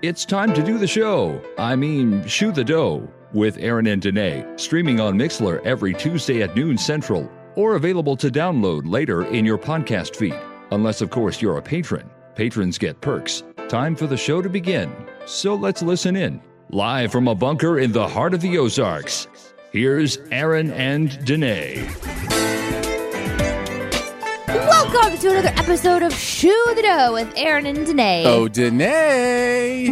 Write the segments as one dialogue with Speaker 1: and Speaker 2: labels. Speaker 1: It's time to do the show. I mean, shoe the dough with Aaron and Danae, streaming on Mixler every Tuesday at noon Central, or available to download later in your podcast feed. Unless, of course, you're a patron. Patrons get perks. Time for the show to begin. So let's listen in. Live from a bunker in the heart of the Ozarks, here's Aaron and Danae.
Speaker 2: Welcome to another episode of Shoe the Dough with Aaron and Danae.
Speaker 3: Oh, Danae!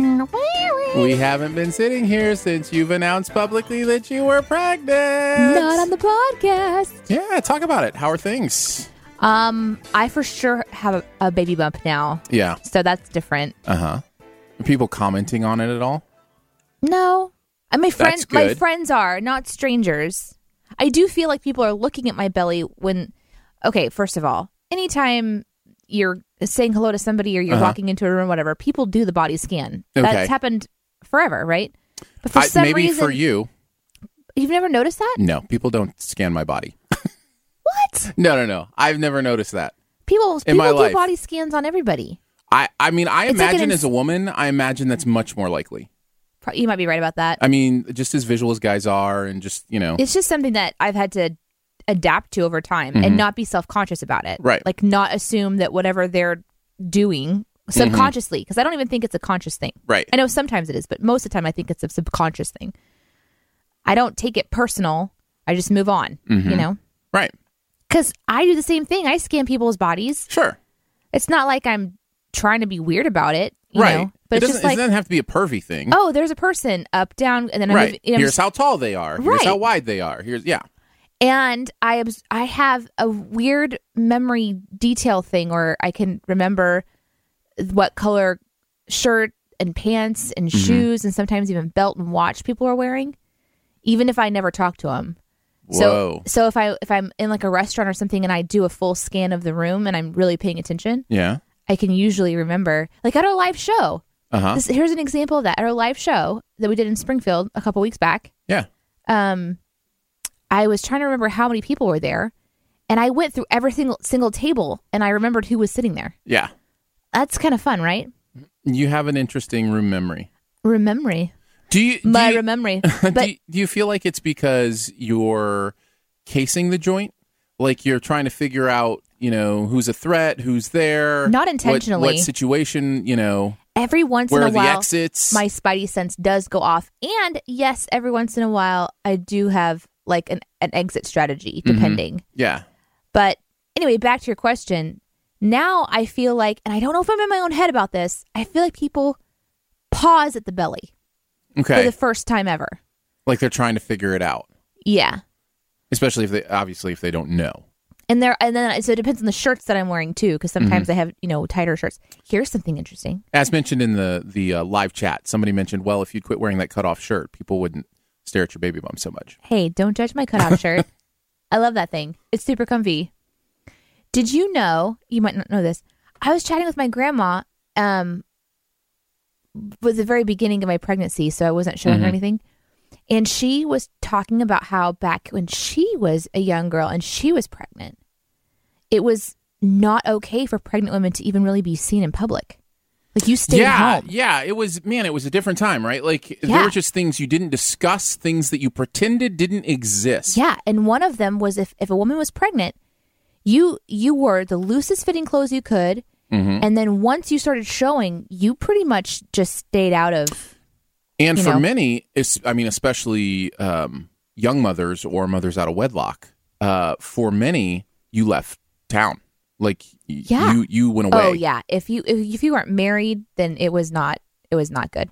Speaker 3: We haven't been sitting here since you've announced publicly that you were pregnant.
Speaker 2: Not on the podcast.
Speaker 3: yeah, talk about it. How are things?
Speaker 2: Um, I for sure have a, a baby bump now,
Speaker 3: Yeah.
Speaker 2: so that's different.
Speaker 3: Uh huh. People commenting on it at all?
Speaker 2: No, and my friends,
Speaker 3: That's
Speaker 2: my
Speaker 3: good.
Speaker 2: friends are not strangers. I do feel like people are looking at my belly when. Okay, first of all, anytime you're saying hello to somebody or you're walking into a room, whatever, people do the body scan.
Speaker 3: Uh-huh. Okay.
Speaker 2: That's happened forever, right? But for
Speaker 3: I-
Speaker 2: some
Speaker 3: maybe
Speaker 2: reason,
Speaker 3: for you,
Speaker 2: you've never noticed that.
Speaker 3: no. People don't scan my body.
Speaker 2: What?
Speaker 3: No, no, no. I've never noticed that.
Speaker 2: People
Speaker 3: In
Speaker 2: people
Speaker 3: my
Speaker 2: do
Speaker 3: life.
Speaker 2: body scans on everybody.
Speaker 3: I, I mean, I
Speaker 2: It's like an
Speaker 3: imagine
Speaker 2: ins-
Speaker 3: as a woman, I imagine that's much more likely.
Speaker 2: Pro- You might be right about that.
Speaker 3: I mean, just as visual as guys are, and just you know,
Speaker 2: It's just something that I've had to adapt to over time and not be self-conscious about it.
Speaker 3: Mm-hmm. Right.
Speaker 2: Like not assume that whatever they're doing subconsciously because I don't even think it's a conscious thing.
Speaker 3: Mm-hmm. Right.
Speaker 2: I know sometimes it is, but most of the time I think it's a subconscious thing. I don't take it personal. I just move on,
Speaker 3: Mm-hmm.
Speaker 2: you know?
Speaker 3: right?
Speaker 2: Cuz I do the same thing. I scan people's bodies.
Speaker 3: Sure.
Speaker 2: It's not like I'm trying to be weird about it, you
Speaker 3: right.
Speaker 2: know? But
Speaker 3: it
Speaker 2: it's
Speaker 3: doesn't,
Speaker 2: just
Speaker 3: it
Speaker 2: like
Speaker 3: doesn't have to be a pervy thing.
Speaker 2: oh, there's a person up down and then I'm,
Speaker 3: right.
Speaker 2: moving- I'm
Speaker 3: Here's how tall they are. Here's how
Speaker 2: Right.
Speaker 3: wide they are. Here's yeah.
Speaker 2: and I obs- I have a weird memory detail thing where I can remember what color shirt and pants and shoes and sometimes even belt and watch people are wearing, even if I never talk to them. So
Speaker 3: Whoa.
Speaker 2: so if I if I'm in like a restaurant or something and I do a full scan of the room and I'm really paying attention,
Speaker 3: Yeah.
Speaker 2: I can usually remember like at our live show.
Speaker 3: Uh huh.
Speaker 2: This, here's an example of that at our live show that we did in Springfield a couple weeks back
Speaker 3: Yeah.
Speaker 2: um, I was trying to remember how many people were there, and I went through every single single table, and I remembered who was sitting there.
Speaker 3: Yeah.
Speaker 2: That's kind of fun, right?
Speaker 3: You have an interesting room memory.
Speaker 2: Remembering
Speaker 3: Do you? Do
Speaker 2: my
Speaker 3: you, uh,
Speaker 2: remembering,
Speaker 3: do,
Speaker 2: but
Speaker 3: you, do you feel like it's because you're casing the joint, like you're trying to figure out, you know, who's a threat, who's there,
Speaker 2: Not
Speaker 3: what-
Speaker 2: intentionally.
Speaker 3: what, situation, you know,
Speaker 2: every once
Speaker 3: where
Speaker 2: in
Speaker 3: are
Speaker 2: a
Speaker 3: the
Speaker 2: while,
Speaker 3: exits?
Speaker 2: my spidey sense does go off, and yes, every once in a while, I do have like an an exit strategy
Speaker 3: Mm-hmm.
Speaker 2: depending.
Speaker 3: yeah.
Speaker 2: But anyway, back to your question. Now I feel like, and I don't know if I'm in my own head about this. I feel like people pause at the belly for
Speaker 3: Okay.
Speaker 2: the first time ever.
Speaker 3: like they're trying to figure it out,
Speaker 2: Yeah.
Speaker 3: especially if they obviously if they don't know.
Speaker 2: And there, and then so it depends on the shirts that I'm wearing too, because sometimes I have you know tighter shirts. Here's something interesting.
Speaker 3: As mentioned in the the uh, live chat, somebody mentioned, well, if you'd quit wearing that cutoff shirt, people wouldn't stare at your baby bump so much.
Speaker 2: Hey, don't judge my cutoff shirt. I love that thing. It's super comfy. Did you know? You might not know this. I was chatting with my grandma um was the very beginning of my pregnancy, so I wasn't showing her anything. And she was talking about how back when she was a young girl and she was pregnant, it was not okay for pregnant women to even really be seen in public. Like you stayed
Speaker 3: yeah,
Speaker 2: home.
Speaker 3: yeah. It was man. It was a different time, right? Like there
Speaker 2: Yeah.
Speaker 3: were just things you didn't discuss, things that you pretended didn't exist.
Speaker 2: Yeah, and one of them was if, if a woman was pregnant, you you wore the loosest fitting clothes you could,
Speaker 3: Mm-hmm.
Speaker 2: and then once you started showing, you pretty much just stayed out of.
Speaker 3: And
Speaker 2: you
Speaker 3: for
Speaker 2: know.
Speaker 3: many, es- I mean, especially um, young mothers or mothers out of wedlock, uh, for many, you left town. Like y-
Speaker 2: Yeah.
Speaker 3: you, you went away.
Speaker 2: Oh yeah, if you if, if you weren't married, then it was not it was not good.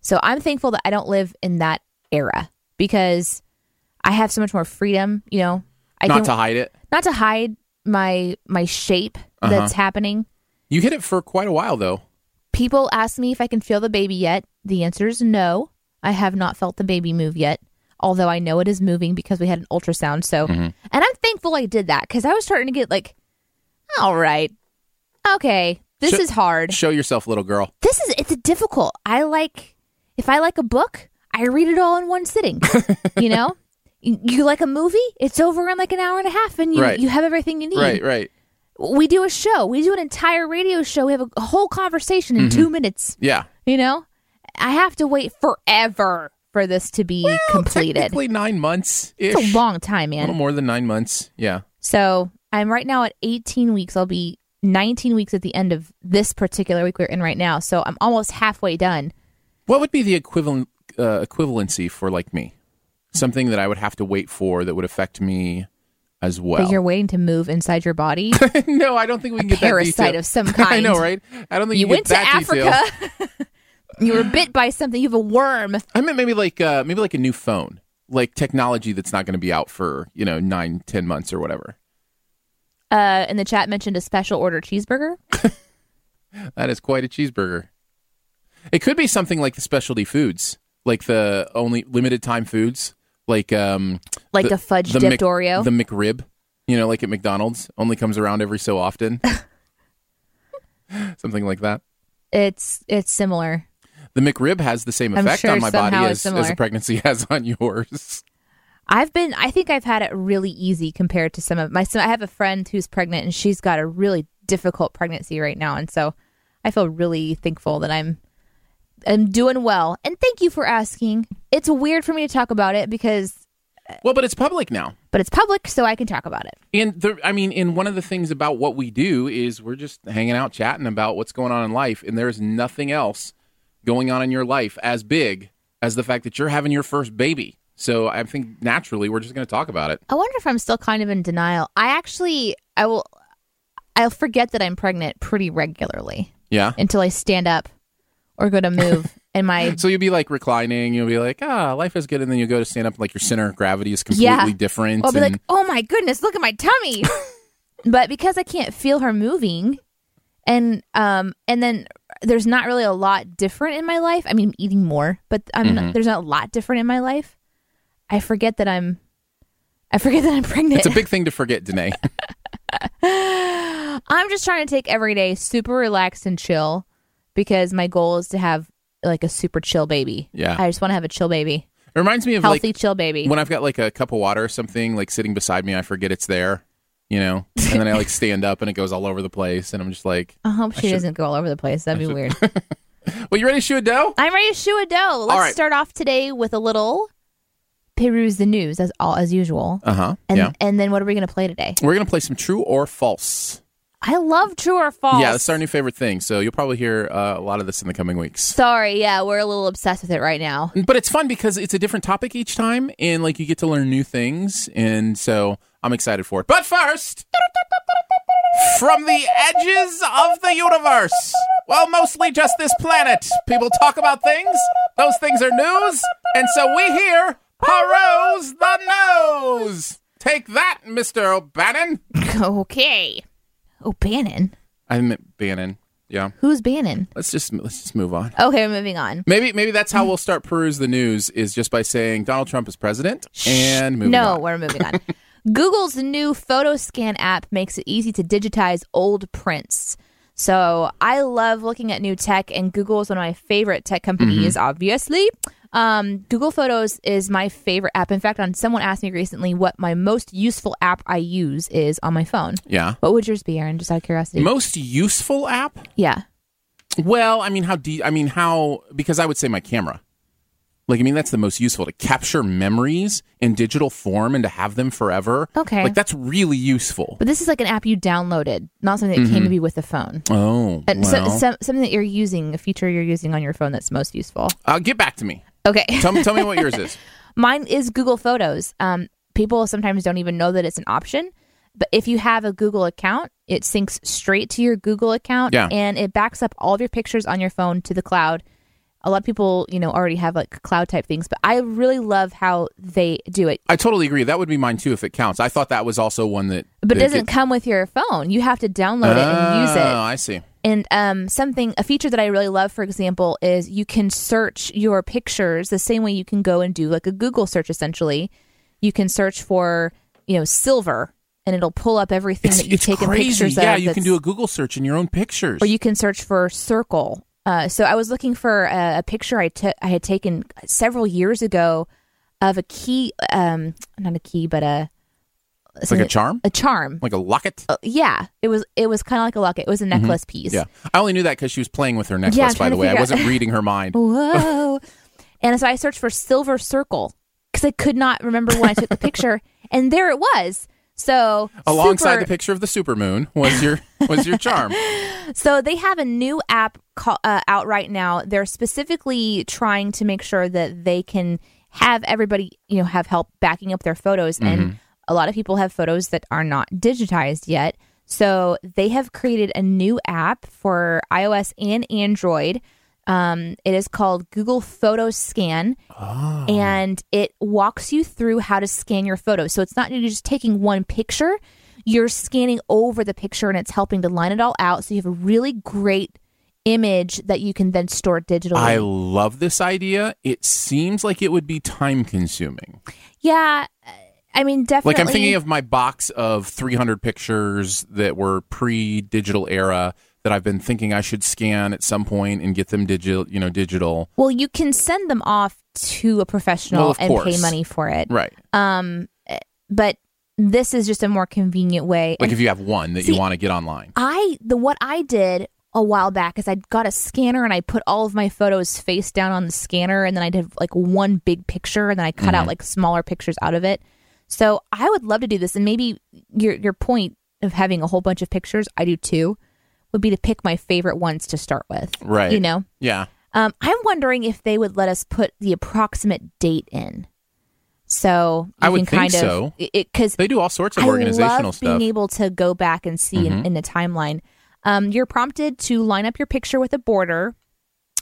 Speaker 2: So I'm thankful that I don't live in that era because I have so much more freedom. You know, I
Speaker 3: not
Speaker 2: can
Speaker 3: to hide it.
Speaker 2: not to hide my my shape
Speaker 3: Uh-huh.
Speaker 2: that's happening.
Speaker 3: You hid it for quite a while, though.
Speaker 2: People ask me if I can feel the baby yet. The answer is no. I have not felt the baby move yet, although I know it is moving because we had an ultrasound. So,
Speaker 3: Mm-hmm.
Speaker 2: and I'm thankful I did that because I was starting to get like, all right, okay, this
Speaker 3: Sure.
Speaker 2: is hard.
Speaker 3: Show yourself, little girl.
Speaker 2: This is it's difficult. I like if I like a book, I read it all in one sitting. you know, you, you like a movie, it's over in like an hour and a half, and you
Speaker 3: Right.
Speaker 2: you have everything you need
Speaker 3: Right, right.
Speaker 2: we do a show. We do an entire radio show. We have a whole conversation
Speaker 3: Mm-hmm.
Speaker 2: in two minutes.
Speaker 3: Yeah.
Speaker 2: You know, I have to wait forever for this to be completed.
Speaker 3: Technically Oh. nine months ish.
Speaker 2: It's a long time,
Speaker 3: little
Speaker 2: man.
Speaker 3: more than nine months. Yeah.
Speaker 2: So I'm right now at 18 weeks. I'll be 19 weeks at the end of this particular week we're in right now. So I'm almost halfway done.
Speaker 3: What would be the equivalent uh, equivalency for like me? Something that I would have to wait for that would affect me as well.
Speaker 2: But you're waiting to move inside your body.
Speaker 3: no, I don't think we can
Speaker 2: A
Speaker 3: get that
Speaker 2: parasite
Speaker 3: detail.
Speaker 2: of some
Speaker 3: I
Speaker 2: kind.
Speaker 3: know, right? I don't think
Speaker 2: you
Speaker 3: can
Speaker 2: went
Speaker 3: get
Speaker 2: to
Speaker 3: that detail.
Speaker 2: Africa. you were bit by something. You have a worm.
Speaker 3: I meant maybe like uh, maybe like a new phone, like technology that's not going to be out for you know nine, ten months or whatever.
Speaker 2: Uh, in the chat mentioned a special order cheeseburger.
Speaker 3: That is quite a cheeseburger. It could be something like the specialty foods, like the only limited time foods, like um,
Speaker 2: Like a fudge dipped Oreo?
Speaker 3: the McRib. You know, like at McDonald's, only comes around every so often. something like that.
Speaker 2: It's it's similar.
Speaker 3: The McRib has the same
Speaker 2: I'm
Speaker 3: effect
Speaker 2: sure
Speaker 3: on my body
Speaker 2: somehow it's
Speaker 3: as, as
Speaker 2: similar.
Speaker 3: a pregnancy has on yours.
Speaker 2: I've been. I think I've had it really easy compared to some of my. I have a friend who's pregnant, and she's got a really difficult pregnancy right now, and so I feel really thankful that I'm I'm doing well. And thank you for asking. It's weird for me to talk about it because,
Speaker 3: Well, but it's public now.
Speaker 2: but it's public, so I can talk about it.
Speaker 3: And there, I mean, and one of the things about what we do is we're just hanging out, chatting about what's going on in life, and there's nothing else going on in your life as big as the fact that you're having your first baby. So I think naturally we're just going to talk about it.
Speaker 2: I wonder if I'm still kind of in denial. I actually, I will, I'll forget that I'm pregnant pretty regularly
Speaker 3: Yeah.
Speaker 2: until I stand up or go to move, and my
Speaker 3: So you'll be like reclining, you'll be like, ah, life is good, and then you go to stand up, like your center of gravity is completely
Speaker 2: Yeah.
Speaker 3: different.
Speaker 2: I'll be
Speaker 3: and
Speaker 2: like, oh my goodness, look at my tummy. but because I can't feel her moving, and um, and then there's not really a lot different in my life. I mean, I'm eating more, but I'm
Speaker 3: Mm-hmm.
Speaker 2: not, there's not a lot different in my life. I forget that I'm, I forget that I'm pregnant.
Speaker 3: it's a big thing to forget, Danae.
Speaker 2: I'm just trying to take every day super relaxed and chill because my goal is to have like a super chill baby.
Speaker 3: Yeah.
Speaker 2: I just want to have a chill baby,
Speaker 3: it reminds me of
Speaker 2: healthy
Speaker 3: like
Speaker 2: chill baby.
Speaker 3: when I've got like a cup of water or something like sitting beside me, I forget it's there, you know, and then I like stand up and it goes all over the place, and I'm just like,
Speaker 2: I hope she doesn't go all over the place. That'd be weird.
Speaker 3: well, you ready to shoot a dough?
Speaker 2: I'm ready to shoe a dough. Let's
Speaker 3: right.
Speaker 2: start off today with a little peruse the news as all as usual,
Speaker 3: Uh huh.
Speaker 2: and
Speaker 3: Yeah.
Speaker 2: and then what are we going to play today?
Speaker 3: We're gonna play some true or false.
Speaker 2: I love true or false.
Speaker 3: Yeah, that's our new favorite thing. So you'll probably hear uh, a lot of this in the coming weeks.
Speaker 2: Sorry, yeah, we're a little obsessed with it right now.
Speaker 3: But it's fun because it's a different topic each time, and like you get to learn new things, and so I'm excited for it. But first, from the edges of the universe, well, mostly just this planet, people talk about things. Those things are news, and so we here peruse the nose. Take that, Mister O'Bannon.
Speaker 2: okay. Oh, Bannon.
Speaker 3: I meant Bannon. Yeah.
Speaker 2: Who's Bannon?
Speaker 3: Let's just let's just move on.
Speaker 2: Okay, moving on.
Speaker 3: Maybe maybe that's how we'll start peruse the news is just by saying Donald Trump is president and moving
Speaker 2: no,
Speaker 3: on.
Speaker 2: we're moving on. Google's new photo scan app makes it easy to digitize old prints. So I love looking at new tech, and Google is one of my favorite tech companies,
Speaker 3: Mm-hmm.
Speaker 2: obviously. Um, Google Photos is my favorite app. In fact, on someone asked me recently what my most useful app I use is on my phone.
Speaker 3: Yeah.
Speaker 2: What would yours be, Aaron? Just out of curiosity.
Speaker 3: Most useful app?
Speaker 2: yeah.
Speaker 3: Well, I mean, how do you- I mean how? Because I would say my camera. Like, I mean, that's the most useful to capture memories in digital form and to have them forever.
Speaker 2: Okay.
Speaker 3: like that's really useful.
Speaker 2: But this is like an app you downloaded, not something that came to be with the phone.
Speaker 3: oh,
Speaker 2: And so,
Speaker 3: Mm-hmm. well.
Speaker 2: so- something that you're using, a feature you're using on your phone that's most useful.
Speaker 3: uh, get back to me.
Speaker 2: Okay.
Speaker 3: Tell, me- tell me what yours is.
Speaker 2: Mine is Google Photos. Um, people sometimes don't even know that it's an option, but if you have a Google account, it syncs straight to your Google account
Speaker 3: Yeah.
Speaker 2: and it backs up all of your pictures on your phone to the cloud. A lot of people, you know, already have like cloud type things, but I really love how they do it.
Speaker 3: I totally agree. That would be mine too if it counts. I thought that was also one that.
Speaker 2: But it
Speaker 3: that
Speaker 2: doesn't
Speaker 3: get-
Speaker 2: come with your phone. You have to download it and use
Speaker 3: Oh,
Speaker 2: it.
Speaker 3: I see.
Speaker 2: And um, something, a feature that I really love, for example, is you can search your pictures the same way you can go and do like a Google search. Essentially, you can search for you know silver, and it'll pull up everything that you've taken pictures of.
Speaker 3: yeah, you can
Speaker 2: that's-
Speaker 3: do a Google search in your own pictures.
Speaker 2: or you can search for circle. Uh, so I was looking for a, a picture I took, I had taken several years ago of a key, um, not a key, but a
Speaker 3: it's like a charm,
Speaker 2: a charm.
Speaker 3: like a locket.
Speaker 2: Uh, yeah, it was it was kind of like a locket. It was a necklace piece.
Speaker 3: Mm-hmm. Yeah, I only knew that because she was playing with her necklace.
Speaker 2: I'm
Speaker 3: by
Speaker 2: trying
Speaker 3: the
Speaker 2: to
Speaker 3: way, I
Speaker 2: figure out-
Speaker 3: wasn't reading her mind.
Speaker 2: whoa. and so I searched for silver circle because I could not remember when I took the picture, and there it was. So
Speaker 3: Alongside
Speaker 2: super-
Speaker 3: the picture of the supermoon was your was your charm.
Speaker 2: so they have a new app call, uh, out right now. They're specifically trying to make sure that they can have everybody, you know, have help backing up their photos.
Speaker 3: Mm-hmm.
Speaker 2: And a lot of people have photos that are not digitized yet. So they have created a new app for iOS and Android. Um, it is called Google Photo Scan,
Speaker 3: Ah.
Speaker 2: and it walks you through how to scan your photo. So it's not you're just taking one picture, you're scanning over the picture and it's helping to line it all out. So you have a really great image that you can then store digitally.
Speaker 3: I love this idea. It seems like it would be time consuming.
Speaker 2: yeah. uh, I mean, definitely.
Speaker 3: Like I'm thinking of my box of 300 pictures that were pre digital era that I've been thinking I should scan at some point and get them digital, you know, digital.
Speaker 2: Well, you can send them off to a professional
Speaker 3: Well, of
Speaker 2: and
Speaker 3: course.
Speaker 2: pay money for it.
Speaker 3: Right.
Speaker 2: But this is just a more convenient way.
Speaker 3: Like
Speaker 2: And
Speaker 3: if you have one that you
Speaker 2: Um, See-
Speaker 3: want to get online.
Speaker 2: I the what I did a while back is I got a scanner and I put all of my photos face down on the scanner and then I did like one big picture and then I cut
Speaker 3: Mm-hmm.
Speaker 2: out like smaller pictures out of it. So I would love to do this and maybe your your point of having a whole bunch of pictures, I do too, would be to pick my favorite ones to start with.
Speaker 3: Right.
Speaker 2: You know.
Speaker 3: Yeah.
Speaker 2: Um, I'm wondering if they would let us put the approximate date in. So you
Speaker 3: I
Speaker 2: can
Speaker 3: would think
Speaker 2: kind of,
Speaker 3: so.
Speaker 2: because
Speaker 3: They do all sorts of
Speaker 2: I
Speaker 3: organizational
Speaker 2: love
Speaker 3: stuff. Mm-hmm.
Speaker 2: Being able to go back and see in, in the timeline. Um, you're prompted to line up your picture with a border,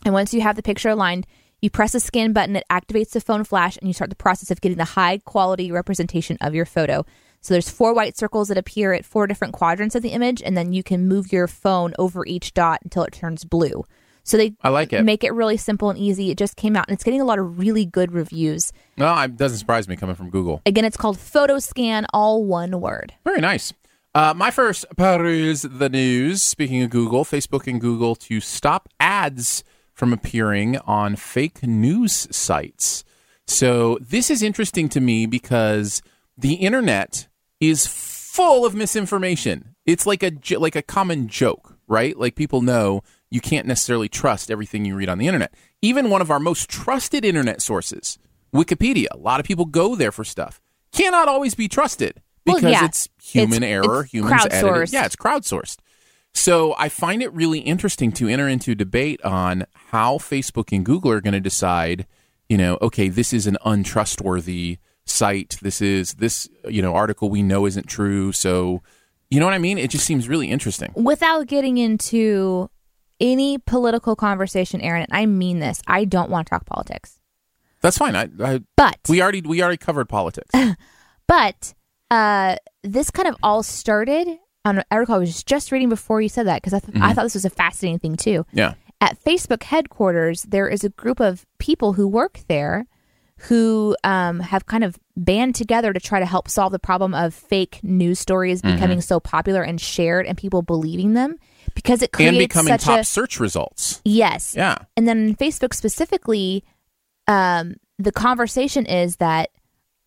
Speaker 2: and once you have the picture aligned, you press the scan button. It activates the phone flash, and you start the process of getting the high quality representation of your photo. So there's four white circles that appear at four different quadrants of the image, and then you can move your phone over each dot until it turns blue. So they
Speaker 3: I like it.
Speaker 2: make it really simple and easy. It just came out, and it's getting a lot of really good reviews.
Speaker 3: no, it doesn't surprise me coming from Google.
Speaker 2: Again, it's called Photo Scan, all one word.
Speaker 3: Very nice. Uh, my first peruse the news. Speaking of Google, Facebook and Google to stop ads from appearing on fake news sites. So this is interesting to me because the internet is full of misinformation. It's like a j- like a common joke, right? Like people know you can't necessarily trust everything you read on the internet. Even one of our most trusted internet sources, Wikipedia. A lot of people go there for stuff. Cannot always be trusted
Speaker 2: Well,
Speaker 3: because
Speaker 2: yeah.
Speaker 3: it's human
Speaker 2: It's-
Speaker 3: error,
Speaker 2: it's
Speaker 3: humans edited.
Speaker 2: crowdsourced.
Speaker 3: Yeah, it's crowdsourced. So I find it really interesting to enter into debate on how Facebook and Google are going to decide, you know, okay, this is an untrustworthy site. This is this, you know, article we know isn't true. So, you know what I mean? It just seems really interesting.
Speaker 2: without getting into any political conversation, Aaron, and I mean this, I don't want to talk politics.
Speaker 3: That's fine. I, I
Speaker 2: But
Speaker 3: we already we already covered politics.
Speaker 2: but uh, this kind of all started on an article I was just reading before you said that because I, th- I thought this was a fascinating thing too.
Speaker 3: Mm-hmm. Yeah.
Speaker 2: At Facebook headquarters, there is a group of people who work there who um, have kind of band together to try to help
Speaker 3: Mm-hmm.
Speaker 2: solve the problem of fake news stories becoming so popular and shared and people believing them because it
Speaker 3: and
Speaker 2: creates
Speaker 3: becoming
Speaker 2: such
Speaker 3: top
Speaker 2: a
Speaker 3: search results.
Speaker 2: yes,
Speaker 3: Yeah.
Speaker 2: and then in Facebook specifically, um, the conversation is that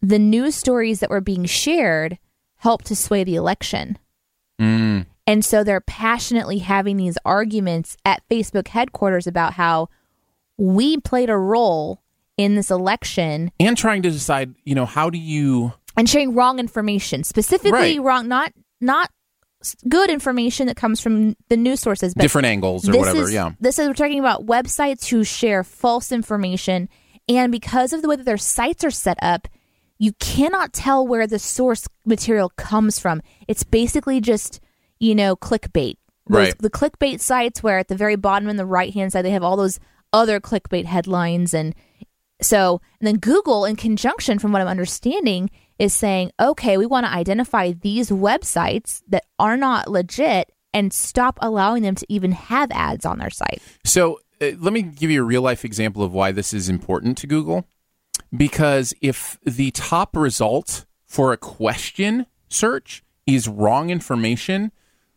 Speaker 2: the news stories that were being shared helped to sway the election.
Speaker 3: Mm.
Speaker 2: And so they're passionately having these arguments at Facebook headquarters about how we played a role in this election
Speaker 3: And trying to decide, you know, how do you
Speaker 2: and sharing wrong information, specifically
Speaker 3: Right.
Speaker 2: wrong, not not s- good information that comes from the news sources, but
Speaker 3: different angles or
Speaker 2: this
Speaker 3: whatever.
Speaker 2: is-
Speaker 3: yeah.
Speaker 2: This is we're talking about websites who share false information and because of the way that their sites are set up, you cannot tell where the source material comes from. It's basically just, you know, clickbait. Those-
Speaker 3: Right.
Speaker 2: The clickbait sites where at the very bottom in the right hand side they have all those other clickbait headlines and so and then Google in conjunction from what I'm understanding is saying, okay, we want to identify these websites that are not legit and stop allowing them to even have ads on their site.
Speaker 3: So uh, let me give you a real life example of why this is important to Google. Because if the top result for a question search is wrong information,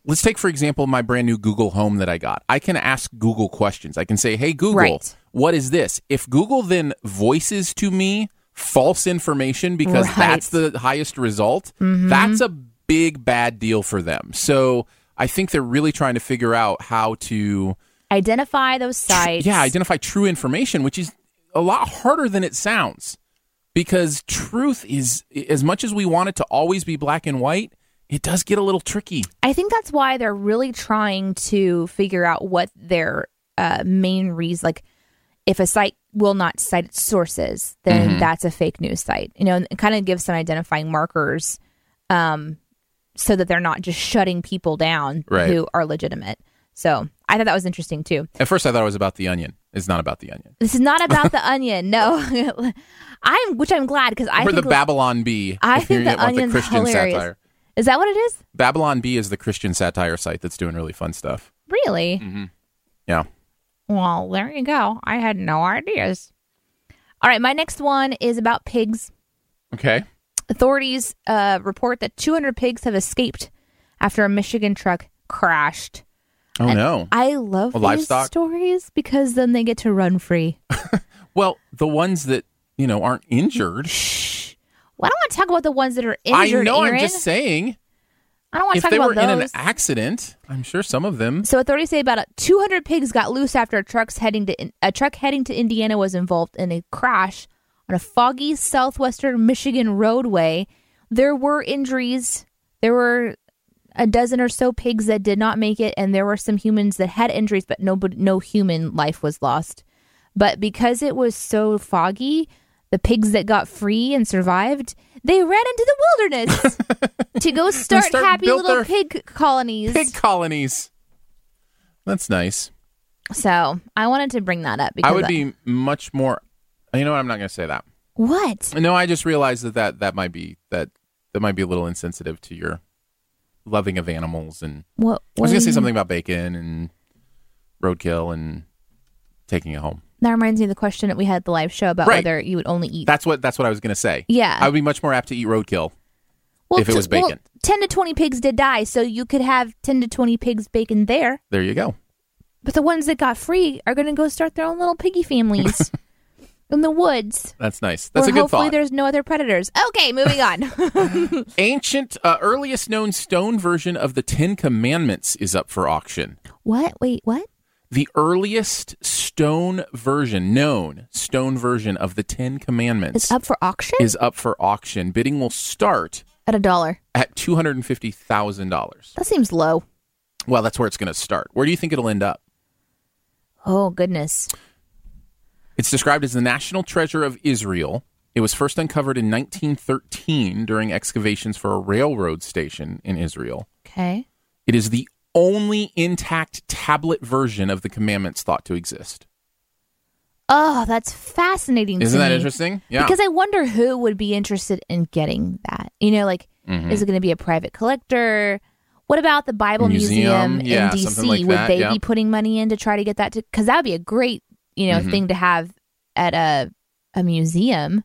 Speaker 3: let's take, for example, my brand new Google Home that I got. I can ask Google questions. I can say, hey, Google,
Speaker 2: Right.
Speaker 3: what is this? If Google then voices to me false information because
Speaker 2: Right. Mm-hmm.
Speaker 3: that's the highest result, that's a big bad deal for them. So I think they're really trying to figure out how to
Speaker 2: Identify those
Speaker 3: tr-
Speaker 2: sites.
Speaker 3: yeah, identify true information, which is a lot harder than it sounds because truth is, as much as we want it to always be black and white, it does get a little tricky.
Speaker 2: I think that's why they're really trying to figure out what their uh, main reason, like if a site will not cite its sources, then
Speaker 3: Mm-hmm.
Speaker 2: that's a fake news site. You know, and kind of give some identifying markers, um, so that they're not just shutting people down
Speaker 3: Right.
Speaker 2: who are legitimate. So I thought that was interesting too.
Speaker 3: At first, I thought it was about the onion. It's not about the onion.
Speaker 2: This is not about the onion, no. I'm, which I'm glad because I
Speaker 3: or
Speaker 2: think
Speaker 3: the Babylon Bee.
Speaker 2: I
Speaker 3: if you're
Speaker 2: think the
Speaker 3: gonna want
Speaker 2: onion's hilarious.
Speaker 3: satire.
Speaker 2: Is that what it is?
Speaker 3: Babylon Bee is the Christian satire site that's doing really fun stuff.
Speaker 2: Really?
Speaker 3: Yeah.
Speaker 2: Well, there you go. I had no ideas. All right, my next one is about pigs.
Speaker 3: Okay.
Speaker 2: Authorities uh, report that 200 pigs have escaped after a Michigan truck crashed.
Speaker 3: Oh no.
Speaker 2: I love
Speaker 3: Well,
Speaker 2: these
Speaker 3: livestock?
Speaker 2: stories because then they get to run free.
Speaker 3: Well, the ones that you know aren't injured.
Speaker 2: Shh. Well, I don't want to talk about the ones that are injured.
Speaker 3: I know.
Speaker 2: Aaron.
Speaker 3: I'm just saying.
Speaker 2: I don't want to
Speaker 3: If
Speaker 2: talk
Speaker 3: they
Speaker 2: about
Speaker 3: were
Speaker 2: those.
Speaker 3: in an accident, I'm sure some of them
Speaker 2: So authorities say about 200 pigs got loose after a truck's heading to a truck heading to Indiana was involved in a crash on a foggy southwestern Michigan roadway. There were injuries. There were a dozen or so pigs that did not make it, and there were some humans that had injuries, but no, no human life was lost. But because it was so foggy, the pigs that got free and survived, they ran into the wilderness to go start,
Speaker 3: start-
Speaker 2: happy
Speaker 3: built
Speaker 2: little
Speaker 3: their
Speaker 2: pig colonies.
Speaker 3: pig colonies. That's nice.
Speaker 2: So I wanted to bring that up because
Speaker 3: I would be much more. You know what? I'm not going to say that.
Speaker 2: what?
Speaker 3: No, I just realized that, that that might be that that might be a little insensitive to your loving of animals. And
Speaker 2: What?
Speaker 3: I was
Speaker 2: what
Speaker 3: going
Speaker 2: do
Speaker 3: to say
Speaker 2: you-
Speaker 3: something about bacon and roadkill and taking it home.
Speaker 2: That reminds me of the question that we had at the live show about
Speaker 3: Right.
Speaker 2: whether you would only eat.
Speaker 3: That's what that's what I was going to say.
Speaker 2: Yeah.
Speaker 3: I would be much more apt to eat roadkill.
Speaker 2: well,
Speaker 3: if it
Speaker 2: t-
Speaker 3: was
Speaker 2: well,
Speaker 3: bacon.
Speaker 2: ten to twenty pigs did die, so you could have ten to twenty pigs bacon there.
Speaker 3: There you go.
Speaker 2: But the ones that got free are going to go start their own little piggy families in the woods.
Speaker 3: That's nice. That's
Speaker 2: where
Speaker 3: a good
Speaker 2: hopefully
Speaker 3: thought.
Speaker 2: there's no other predators. Okay, moving on.
Speaker 3: Ancient, uh, earliest known stone version of the Ten Commandments is up for auction.
Speaker 2: what? Wait, what?
Speaker 3: the earliest stone version, known stone version of the Ten Commandments,
Speaker 2: It's up for auction
Speaker 3: is up for auction. Bidding will start
Speaker 2: at a dollar.
Speaker 3: at two hundred and fifty thousand dollars.
Speaker 2: That seems low.
Speaker 3: Well, that's where it's going to start. Where do you think it'll end up?
Speaker 2: Oh goodness.
Speaker 3: It's described as the national treasure of Israel. It was first uncovered in 1913 during excavations for a railroad station in Israel.
Speaker 2: Okay.
Speaker 3: It is the only intact tablet version of the commandments thought to exist.
Speaker 2: Oh, that's fascinating. to
Speaker 3: Isn't that
Speaker 2: me.
Speaker 3: interesting? Yeah.
Speaker 2: Because I wonder who would be interested in getting that. You know, like,
Speaker 3: Mm-hmm.
Speaker 2: is it going to be a private collector? What about the Bible
Speaker 3: Museum,
Speaker 2: Museum,
Speaker 3: yeah,
Speaker 2: in DC?
Speaker 3: something like
Speaker 2: would
Speaker 3: that,
Speaker 2: they
Speaker 3: yeah.
Speaker 2: be putting money in to try to get that to?
Speaker 3: Mm-hmm.
Speaker 2: Because that would be a great, you know, thing to have at a a museum.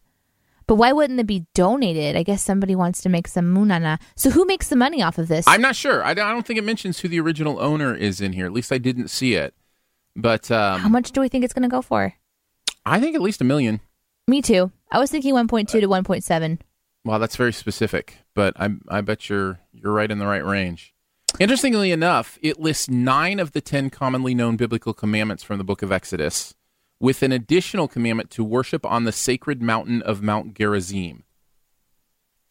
Speaker 2: But why wouldn't it be donated? I guess somebody wants to make some munana. So who makes the money off of this?
Speaker 3: I'm not sure. I, I don't think it mentions who the original owner is in here. At least I didn't see it. But um,
Speaker 2: How much do we think it's going to go for?
Speaker 3: I think at least a million.
Speaker 2: Me too. I was thinking 1.2 to 1.7.
Speaker 3: Wow, that's very specific, but I I bet you're you're right in the right range. Interestingly enough, it lists 9 of the 10 commonly known biblical commandments from the book of Exodus with an additional commandment to worship on the sacred mountain of Mount Gerizim.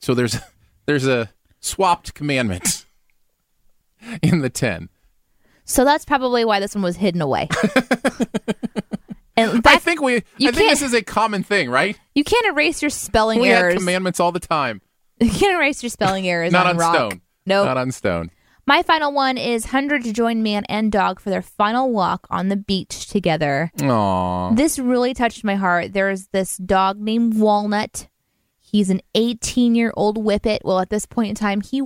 Speaker 3: So there's there's a swapped commandment in the 10.
Speaker 2: So that's probably why this one was hidden away. and
Speaker 3: I
Speaker 2: that,
Speaker 3: think we I
Speaker 2: you
Speaker 3: think this
Speaker 2: can't-
Speaker 3: is a common thing, right?
Speaker 2: you can't erase your spelling
Speaker 3: We have
Speaker 2: errors.
Speaker 3: commandments all the time.
Speaker 2: you can't erase your spelling errors
Speaker 3: Not
Speaker 2: on,
Speaker 3: on,
Speaker 2: rock.
Speaker 3: stone.
Speaker 2: Nope.
Speaker 3: Not on stone.
Speaker 2: My final one is 100 to join man and dog for their final walk on the beach together.
Speaker 3: Aww.
Speaker 2: This really touched my heart. There's this dog named Walnut. He's an 18 year old whippet. Well, at this point in time, he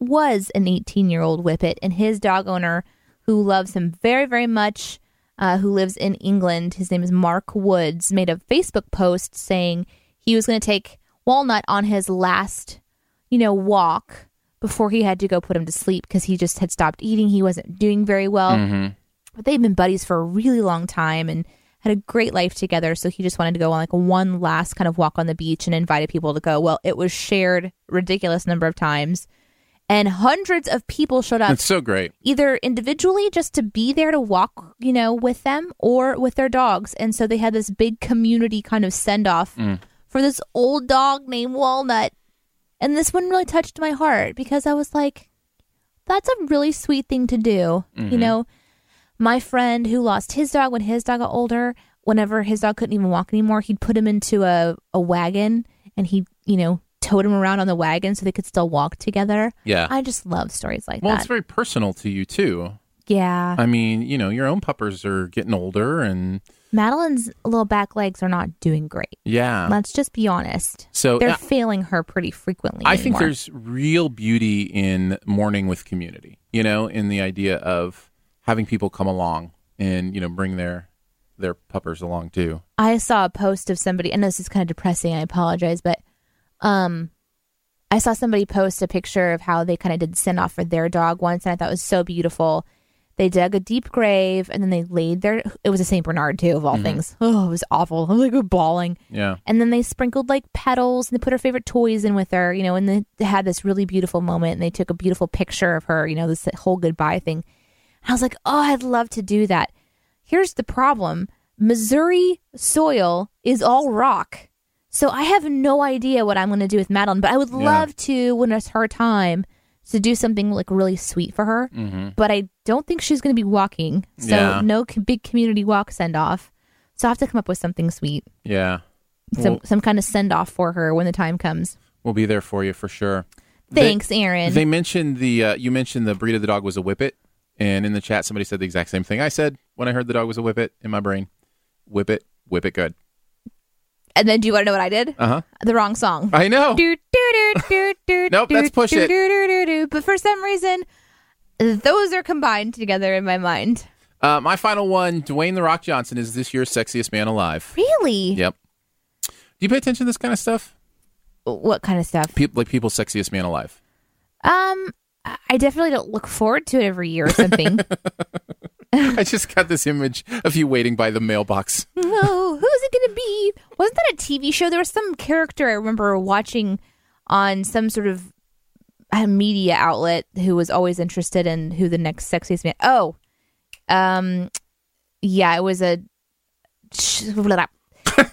Speaker 2: was an 18 year old whippet, and his dog owner, who loves him very, very much, uh, who lives in England, his name is Mark Woods, made a Facebook post saying he was going to take Walnut on his last, you know, walk before he had to go put him to sleep because he just had stopped eating. He wasn't doing very well but they've been buddies for a really long time and had a great life together. So he just wanted to go on like one last kind of walk on the beach and invited people to go. Well, it was shared ridiculous number of times, and hundreds of people showed up,
Speaker 3: That's so great.
Speaker 2: either individually just to be there to walk, you know, with them or with their dogs. And so they had this big community kind of send off
Speaker 3: Mm.
Speaker 2: for this old dog named Walnut. And this one really touched my heart because I was like, that's a really sweet thing to do.
Speaker 3: Mm-hmm.
Speaker 2: You know, my friend who lost his dog when his dog got older, whenever his dog couldn't even walk anymore, he'd put him into a, a wagon and he, you know, towed him around on the wagon so they could still walk together.
Speaker 3: Yeah.
Speaker 2: I just love stories like
Speaker 3: Well,
Speaker 2: that.
Speaker 3: it's very personal to you too.
Speaker 2: yeah.
Speaker 3: I mean, you know, your own puppers are getting older, and
Speaker 2: Madeline's little back legs are not doing great.
Speaker 3: yeah.
Speaker 2: Let's just be honest.
Speaker 3: So,
Speaker 2: they're
Speaker 3: uh,
Speaker 2: failing her pretty frequently.
Speaker 3: I think
Speaker 2: anymore.
Speaker 3: there's real beauty in mourning with community. You know, in the idea of having people come along and you know bring their their puppers along too.
Speaker 2: I saw a post of somebody. I know this is kind of depressing. I apologize, but um, I saw somebody post a picture of how they kind of did send off for their dog once, and I thought it was so beautiful. They dug a deep grave and then they laid their. It was a Saint Bernard too,
Speaker 3: Mm-hmm.
Speaker 2: of all things. Oh, it was awful. I was like bawling.
Speaker 3: Yeah.
Speaker 2: And then they sprinkled like petals and they put her favorite toys in with her, you know, and they- they had this really beautiful moment and they took a beautiful picture of her, you know, this whole goodbye thing. And I was like, oh, I'd love to do that. Here's the problem Missouri soil is all rock. So I have no idea what I'm going to do with Madeline, but I would love to, when it's her time, to do something like really sweet for her. But I don't think she's going to be walking. So
Speaker 3: Mm-hmm. Yeah.
Speaker 2: no c- big community walk send off. So I have to come up with something sweet
Speaker 3: Yeah.
Speaker 2: some
Speaker 3: Well-
Speaker 2: some kind of send off for her when the time comes.
Speaker 3: We'll be there for you for sure. They-
Speaker 2: Thanks, Aaron.
Speaker 3: They mentioned the uh, you mentioned the breed of the dog was a whippet, and in the chat somebody said the exact same thing I said when I heard the dog was a whippet in my brain. Whippet, whip it good.
Speaker 2: and then do you want to know what I did?
Speaker 3: Uh huh.
Speaker 2: The wrong song.
Speaker 3: I know.
Speaker 2: Do, do, do, do, do,
Speaker 3: Nope,
Speaker 2: do,
Speaker 3: let's push
Speaker 2: do,
Speaker 3: it.
Speaker 2: do, do, do, do. But for some reason, those are combined together in my mind.
Speaker 3: Uh, my final one, Dwayne the Rock Johnson is this year's sexiest man alive.
Speaker 2: Really?
Speaker 3: Yep. Do you pay attention to this kind of stuff?
Speaker 2: What kind of stuff?
Speaker 3: People like people's sexiest man alive.
Speaker 2: Um, I I definitely don't look forward to it every year or something.
Speaker 3: I just got this image of you waiting by the mailbox.
Speaker 2: oh, who's it gonna be? Wasn't that a TV show? There was some character I remember watching on some sort of uh, media outlet who was always interested in who the next sexiest man. Oh, um, yeah, it was a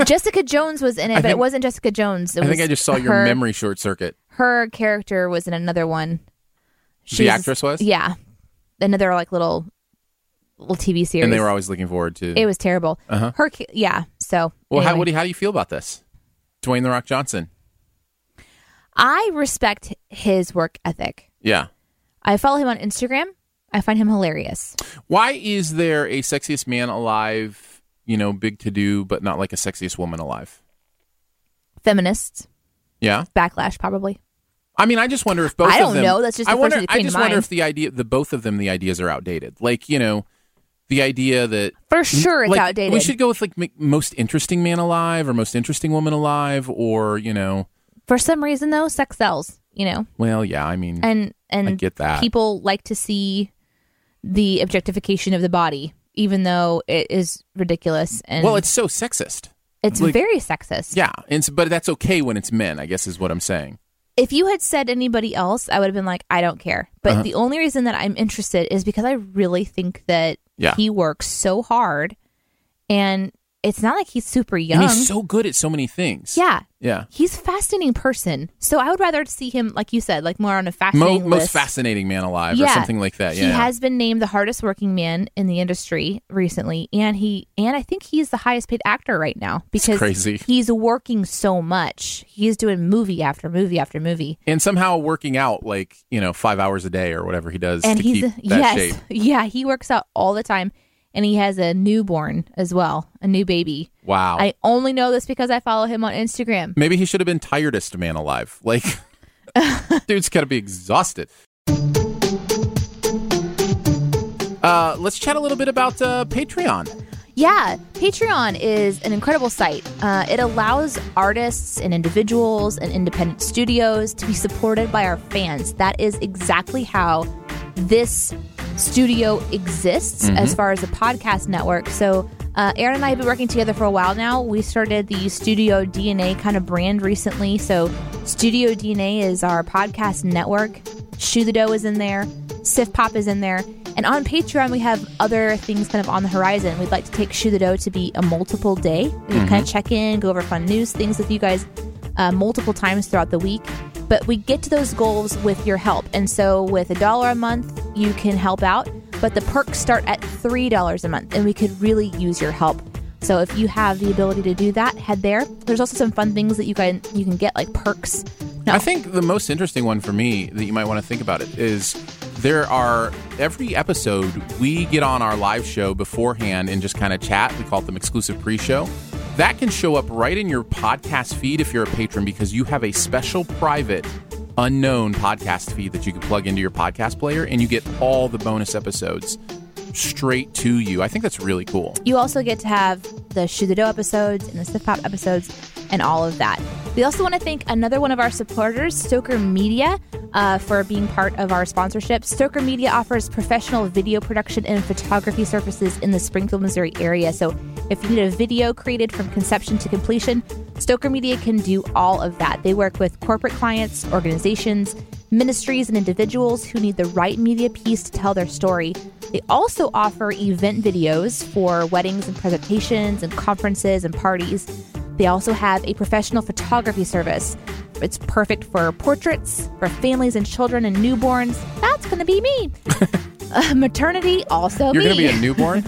Speaker 2: Jessica Jones was in it, but it
Speaker 3: think-
Speaker 2: wasn't Jessica Jones. It
Speaker 3: I think
Speaker 2: was
Speaker 3: I just saw your
Speaker 2: her-
Speaker 3: memory short circuit.
Speaker 2: Her character was in another one.
Speaker 3: The actress was?
Speaker 2: yeah, another like little little TV series.
Speaker 3: And they were always looking forward to.
Speaker 2: it was terrible.
Speaker 3: Uh-huh.
Speaker 2: Her, ca- yeah. So
Speaker 3: well, how,
Speaker 2: anyway.
Speaker 3: what do you, how do you feel about this? Dwayne the Rock Johnson.
Speaker 2: I respect his work ethic.
Speaker 3: Yeah.
Speaker 2: I follow him on Instagram. I find him hilarious.
Speaker 3: Why is there a sexiest man alive, you know, big to do, but not like a sexiest woman alive?
Speaker 2: Feminists,
Speaker 3: Yeah.
Speaker 2: backlash probably.
Speaker 3: I mean, I just wonder if both.
Speaker 2: I
Speaker 3: of
Speaker 2: don't
Speaker 3: them-
Speaker 2: know. That's just
Speaker 3: I
Speaker 2: the first
Speaker 3: wonder.
Speaker 2: thing that
Speaker 3: I
Speaker 2: came to
Speaker 3: just wonder
Speaker 2: mind.
Speaker 3: if the idea, the both of them, the ideas are outdated. Like you know, the idea that
Speaker 2: For sure, it's
Speaker 3: Mm, like,
Speaker 2: outdated.
Speaker 3: We should go with like m- most interesting man alive or most interesting woman alive or you know.
Speaker 2: For some reason, though, sex sells. You know,
Speaker 3: Well, yeah, Mm, I mean,
Speaker 2: and and
Speaker 3: get that.
Speaker 2: people like to see the objectification of the body, even though it is ridiculous and
Speaker 3: well, it's so sexist.
Speaker 2: it's
Speaker 3: like-
Speaker 2: very sexist.
Speaker 3: Yeah, and so, but that's okay when it's men, I guess is what I'm saying.
Speaker 2: If you had said anybody else, I would have been like, I don't care. But
Speaker 3: Uh-huh.
Speaker 2: the only reason that I'm interested is because I really think that
Speaker 3: Yeah.
Speaker 2: he works so hard, and it's not like he's super young.
Speaker 3: And he's so good at so many things.
Speaker 2: yeah,
Speaker 3: yeah.
Speaker 2: he's a fascinating person. So I would rather see him, like you said, like more on a
Speaker 3: Mo-
Speaker 2: fascinating
Speaker 3: most
Speaker 2: list.
Speaker 3: fascinating man alive or something like that. Yeah,
Speaker 2: He has been named the hardest working man in the industry recently, and he and I think he's the highest paid actor right now because
Speaker 3: crazy.
Speaker 2: he's working so much. He's doing movie after movie after movie,
Speaker 3: and somehow working out like you know five hours a day or whatever he does
Speaker 2: and
Speaker 3: to
Speaker 2: he's
Speaker 3: keep that
Speaker 2: yes,
Speaker 3: shape.
Speaker 2: yeah, he works out all the time, and he has a newborn as well, a new baby.
Speaker 3: Wow.
Speaker 2: I only know this because I follow him on Instagram.
Speaker 3: Maybe he should have been tiredest man alive. Like, dude's got to be exhausted. Uh, let's chat a little bit about uh, Patreon.
Speaker 2: Yeah, Patreon is an incredible site. Uh, it allows artists and individuals and independent studios to be supported by our fans. That is exactly how this studio exists as far as a podcast network. So, uh, Aaron and I have been working together for a while now. We started the Studio DNA kind of brand recently. So, Studio DNA is our podcast network. Shoe the Dough is in there, Sif Pop is in there. And on Patreon, we have other things kind of on the horizon. We'd like to take Shoe the Dough to be a multiple day. We can kind of check in, go over fun news, things with you guys uh, multiple times throughout the week. But we get to those goals with your help. And so with a dollar a month, you can help out. But the perks start at $3 a month, and we could really use your help. So if you have the ability to do that, head there. There's also some fun things that you can you can get like perks. No,
Speaker 3: I think the most interesting one for me that you might want to think about it is there are every episode we get on our live show beforehand and just kind of chat. We call it the exclusive pre-show. That can show up right in your podcast feed if you're a patron because you have a special private unknown podcast feed that you can plug into your podcast player and you get all the bonus episodes straight to you. I think that's really cool.
Speaker 2: You also get to have the Shoe the Dough episodes and the Stiff Pop episodes and all of that. We also want to thank another one of our supporters, Stoker Media, uh, for being part of our sponsorship. Stoker Media offers professional video production and photography services in the Springfield, Missouri area. So if you need a video created from conception to completion, Stoker Media can do all of that. They work with corporate clients, organizations, ministries and individuals who need the right media piece to tell their story. They also offer event videos for weddings and presentations and conferences and parties. They also have a professional photography service. It's perfect for portraits, for families and children and newborns. That's going to be me. Uh, maternity, also
Speaker 3: You're
Speaker 2: me
Speaker 3: going to be a newborn?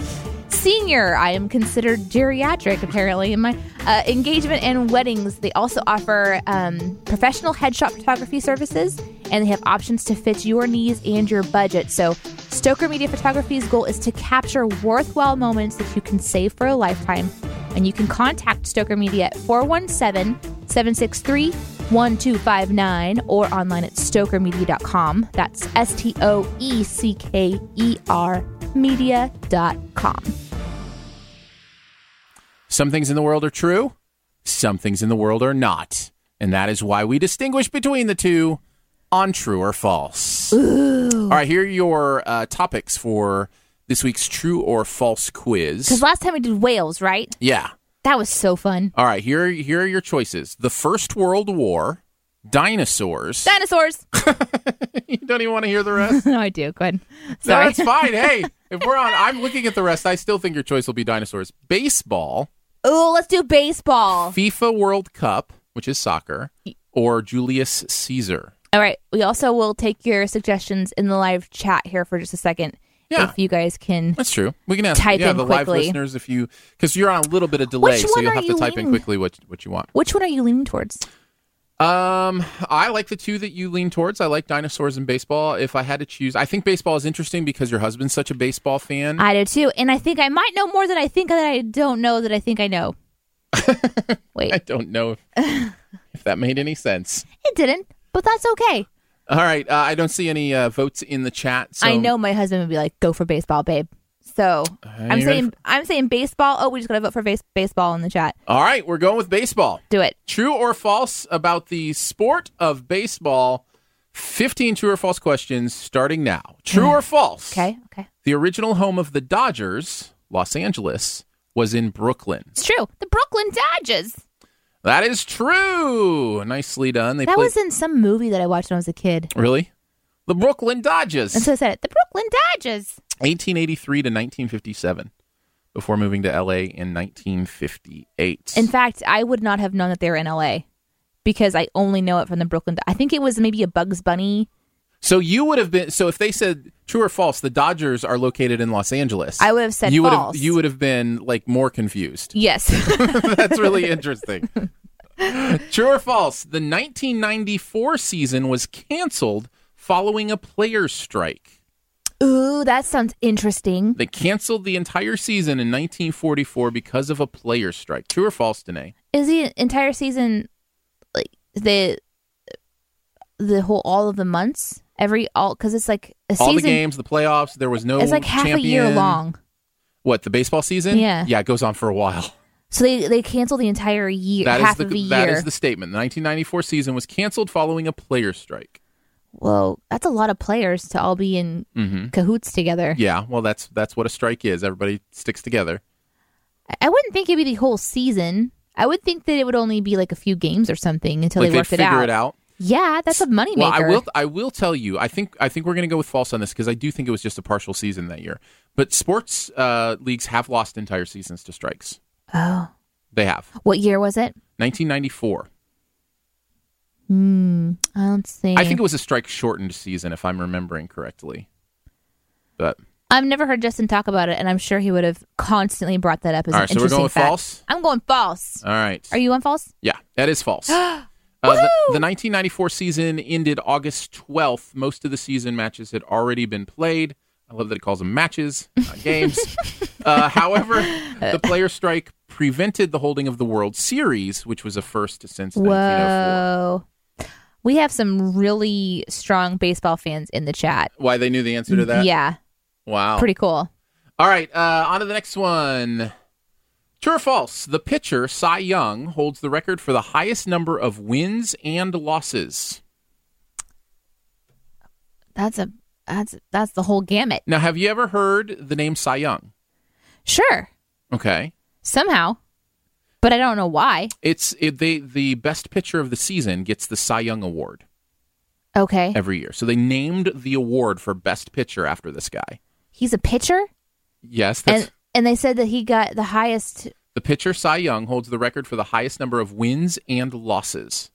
Speaker 2: senior. I am considered geriatric, apparently, in my uh, engagement and weddings. They also offer um, professional headshot photography services, and they have options to fit your needs and your budget. So, Stoker Media Photography's goal is to capture worthwhile moments that you can save for a lifetime. And you can contact Stoker Media at 417 763 1259 or online at stokermedia.com. That's S T O E C K E R media.com.
Speaker 3: Some things in the world are true, some things in the world are not. And that is why we distinguish between the two on true or false. All right, here are your uh, topics for this week's true or false
Speaker 2: Because
Speaker 3: quiz.
Speaker 2: last time we did whales, right?
Speaker 3: Yeah.
Speaker 2: That was so fun.
Speaker 3: All right, here, here are your choices the First World War, dinosaurs.
Speaker 2: Dinosaurs.
Speaker 3: you don't even want to hear the rest?
Speaker 2: no, I do. Go ahead.
Speaker 3: no,
Speaker 2: Sorry.
Speaker 3: that's fine. Hey, if we're on, I'm looking at the rest. I still think your choice will be dinosaurs. Baseball,
Speaker 2: Ooh, let's do baseball.
Speaker 3: FIFA World Cup, which is soccer, or Julius Caesar.
Speaker 2: All right. We also will take your suggestions in the live chat here for just a second.
Speaker 3: Yeah.
Speaker 2: If you guys can.
Speaker 3: That's true. We can ask
Speaker 2: Type
Speaker 3: yeah,
Speaker 2: in
Speaker 3: the live
Speaker 2: quickly.
Speaker 3: listeners if you because you're on a little bit of delay,
Speaker 2: Which
Speaker 3: so
Speaker 2: one
Speaker 3: you'll
Speaker 2: are
Speaker 3: have to
Speaker 2: you
Speaker 3: type in
Speaker 2: leaning?
Speaker 3: quickly what what you want.
Speaker 2: Which one are you leaning towards?
Speaker 3: Um, I like the two that you lean towards. I like dinosaurs and baseball. If I had to choose, I think baseball is interesting because your husband's such a baseball fan.
Speaker 2: I do too. And I think I might know more than I think that I don't know that I think I know. Wait,
Speaker 3: I don't know if, if that made any sense.
Speaker 2: it didn't, but that's okay.
Speaker 3: All right, uh, I don't see any uh, votes in the chat. So
Speaker 2: I know my husband would be like, go for baseball, babe. So I'm
Speaker 3: you ready
Speaker 2: saying I'm saying baseball. Oh, we just got to vote for base- baseball in the chat.
Speaker 3: All right, we're going with baseball.
Speaker 2: Do it.
Speaker 3: True or false about the sport of baseball? 15 true or false questions starting now. True or
Speaker 2: Mm.
Speaker 3: false?
Speaker 2: Okay. Okay.
Speaker 3: The original home of the Dodgers, Los Angeles, was in Brooklyn.
Speaker 2: It's true. The Brooklyn Dodgers.
Speaker 3: That is true. Nicely done. They
Speaker 2: That
Speaker 3: played
Speaker 2: was in some movie that I watched when I was a kid.
Speaker 3: Really? The Brooklyn Dodgers.
Speaker 2: And so I said it. The Brooklyn Dodgers.
Speaker 3: 1883 to 1957 before moving to LA in 1958.
Speaker 2: In fact, I would not have known that they were in LA because I only know it from the Brooklyn. I think it was maybe a Bugs Bunny.
Speaker 3: so you would have been so if they said true or false the Dodgers are located in Los Angeles.
Speaker 2: I would have said
Speaker 3: you
Speaker 2: false.
Speaker 3: would have you would have been like more confused.
Speaker 2: Yes.
Speaker 3: That's really interesting. true or false? The 1994 season was canceled following a player strike.
Speaker 2: Ooh, that sounds interesting.
Speaker 3: They canceled the entire season in 1944 because of a player strike. True or false, Danae?
Speaker 2: Is the entire season like the the whole all of the months? Every all because it's like a
Speaker 3: all
Speaker 2: season.
Speaker 3: the games, the playoffs. There was no.
Speaker 2: it's like half a year
Speaker 3: champion.
Speaker 2: long.
Speaker 3: What the baseball season?
Speaker 2: Yeah.
Speaker 3: yeah, it goes on for a while.
Speaker 2: So they they cancel the entire year,
Speaker 3: That is
Speaker 2: half
Speaker 3: the
Speaker 2: of a year.
Speaker 3: that is the statement. The 1994 season was canceled following a player strike.
Speaker 2: Whoa, that's a lot of players to all be in cahoots together.
Speaker 3: Mm-hmm. Yeah, well, that's that's what a strike is. Everybody sticks together.
Speaker 2: I- I wouldn't think it'd be the whole season. I would think that it would only be like a few games or something until
Speaker 3: like
Speaker 2: they
Speaker 3: they
Speaker 2: worked
Speaker 3: figure it out.
Speaker 2: Yeah, that's a moneymaker.
Speaker 3: Well, I will. I will tell you. I think. I think we're going to go with false on this because I do think it was just a partial season that year. But sports uh, leagues have lost entire seasons to strikes.
Speaker 2: Oh,
Speaker 3: They have.
Speaker 2: what year was it?
Speaker 3: 1994.
Speaker 2: Hmm, I don't think.
Speaker 3: I think it was a strike shortened season, if I'm remembering correctly. But
Speaker 2: I've never heard Justin talk about it, and I'm sure he would have constantly brought that up as
Speaker 3: All
Speaker 2: an
Speaker 3: right, so we're
Speaker 2: interesting
Speaker 3: going with
Speaker 2: fact.
Speaker 3: false?
Speaker 2: I'm going false.
Speaker 3: all right,
Speaker 2: Are you on false?
Speaker 3: yeah, that is false. Uh, the, the 1994 season ended August 12th. Most of the season matches had already been played. I love that it calls them matches, not games. uh, however, the player strike prevented the holding of the World Series, which was a first since
Speaker 2: Whoa.
Speaker 3: 1904.
Speaker 2: We have some really strong baseball fans in the chat.
Speaker 3: Why they knew the answer to that?
Speaker 2: Mm, yeah,
Speaker 3: Wow.
Speaker 2: pretty cool.
Speaker 3: All right, uh, on to the next one. True or false? The pitcher Cy Young holds the record for the highest number of wins and losses.
Speaker 2: That's a that's that's the whole gamut.
Speaker 3: Now, have you ever heard the name Cy Young?
Speaker 2: Sure,
Speaker 3: Okay,
Speaker 2: somehow, but I don't know why.
Speaker 3: it's it, they the best pitcher of the season gets the Cy Young award
Speaker 2: Okay,
Speaker 3: every year. So they named the award for best pitcher after this guy.
Speaker 2: he's a pitcher,
Speaker 3: Yes, that's,
Speaker 2: and and they said that he got the highest.
Speaker 3: the pitcher Cy Young holds the record for the highest number of wins and losses.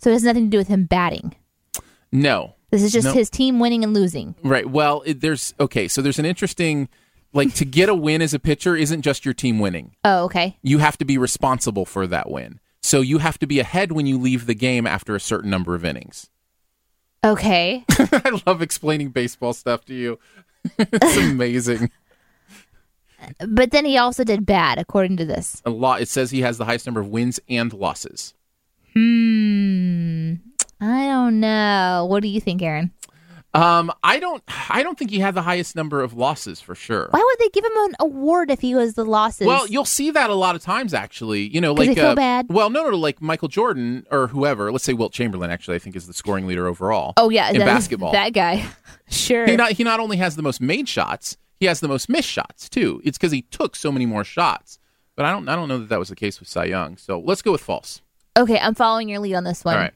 Speaker 2: So it has nothing to do with him batting.
Speaker 3: No,
Speaker 2: This is just
Speaker 3: No.
Speaker 2: his team winning and losing.
Speaker 3: Right. Well, it, there's okay. So there's an interesting, like, to get a win as a pitcher isn't just your team winning.
Speaker 2: Oh, okay.
Speaker 3: You have to be responsible for that win. So you have to be ahead when you leave the game after a certain number of innings.
Speaker 2: Okay.
Speaker 3: I love explaining baseball stuff to you. it's amazing.
Speaker 2: but then he also did bad, according to this.
Speaker 3: A lot. It says he has the highest number of wins and losses.
Speaker 2: Hmm. I don't know. What do you think, Aaron?
Speaker 3: Um, I don't. I don't think he had the highest number of losses for sure.
Speaker 2: Why would they give him an award if he was the losses?
Speaker 3: Well, you'll see that a lot of times, actually. You know,
Speaker 2: 'Cause
Speaker 3: like
Speaker 2: they feel
Speaker 3: uh,
Speaker 2: bad?
Speaker 3: Well, no, no, like Michael Jordan or whoever. Let's say Wilt Chamberlain. Actually, I think is the scoring leader overall.
Speaker 2: oh yeah,
Speaker 3: in
Speaker 2: that-
Speaker 3: basketball,
Speaker 2: that guy. sure.
Speaker 3: he not he not only has the most made shots, he has the most missed shots too. It's because he took so many more shots. But I don't I don't know that that was the case with Cy Young. So let's go with false.
Speaker 2: okay, I'm following your lead on this one.
Speaker 3: All right.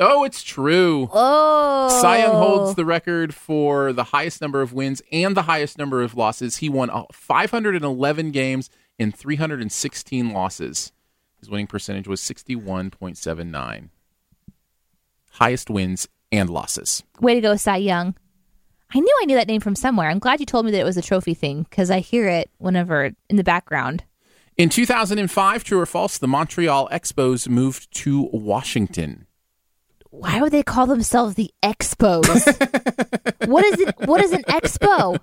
Speaker 3: Oh, it's true.
Speaker 2: Oh,
Speaker 3: Cy Young holds the record for the highest number of wins and the highest number of losses. He won uh, 511 games and 316 losses. His winning percentage was 61.79. Highest wins and losses.
Speaker 2: way to go, Cy Young. I knew I knew that name from somewhere. I'm glad you told me that it was a trophy thing because I hear it whenever in the background.
Speaker 3: In 2005, true or false, the Montreal Expos moved to Washington.
Speaker 2: Why would they call themselves the Expos? what is it? What is an expo?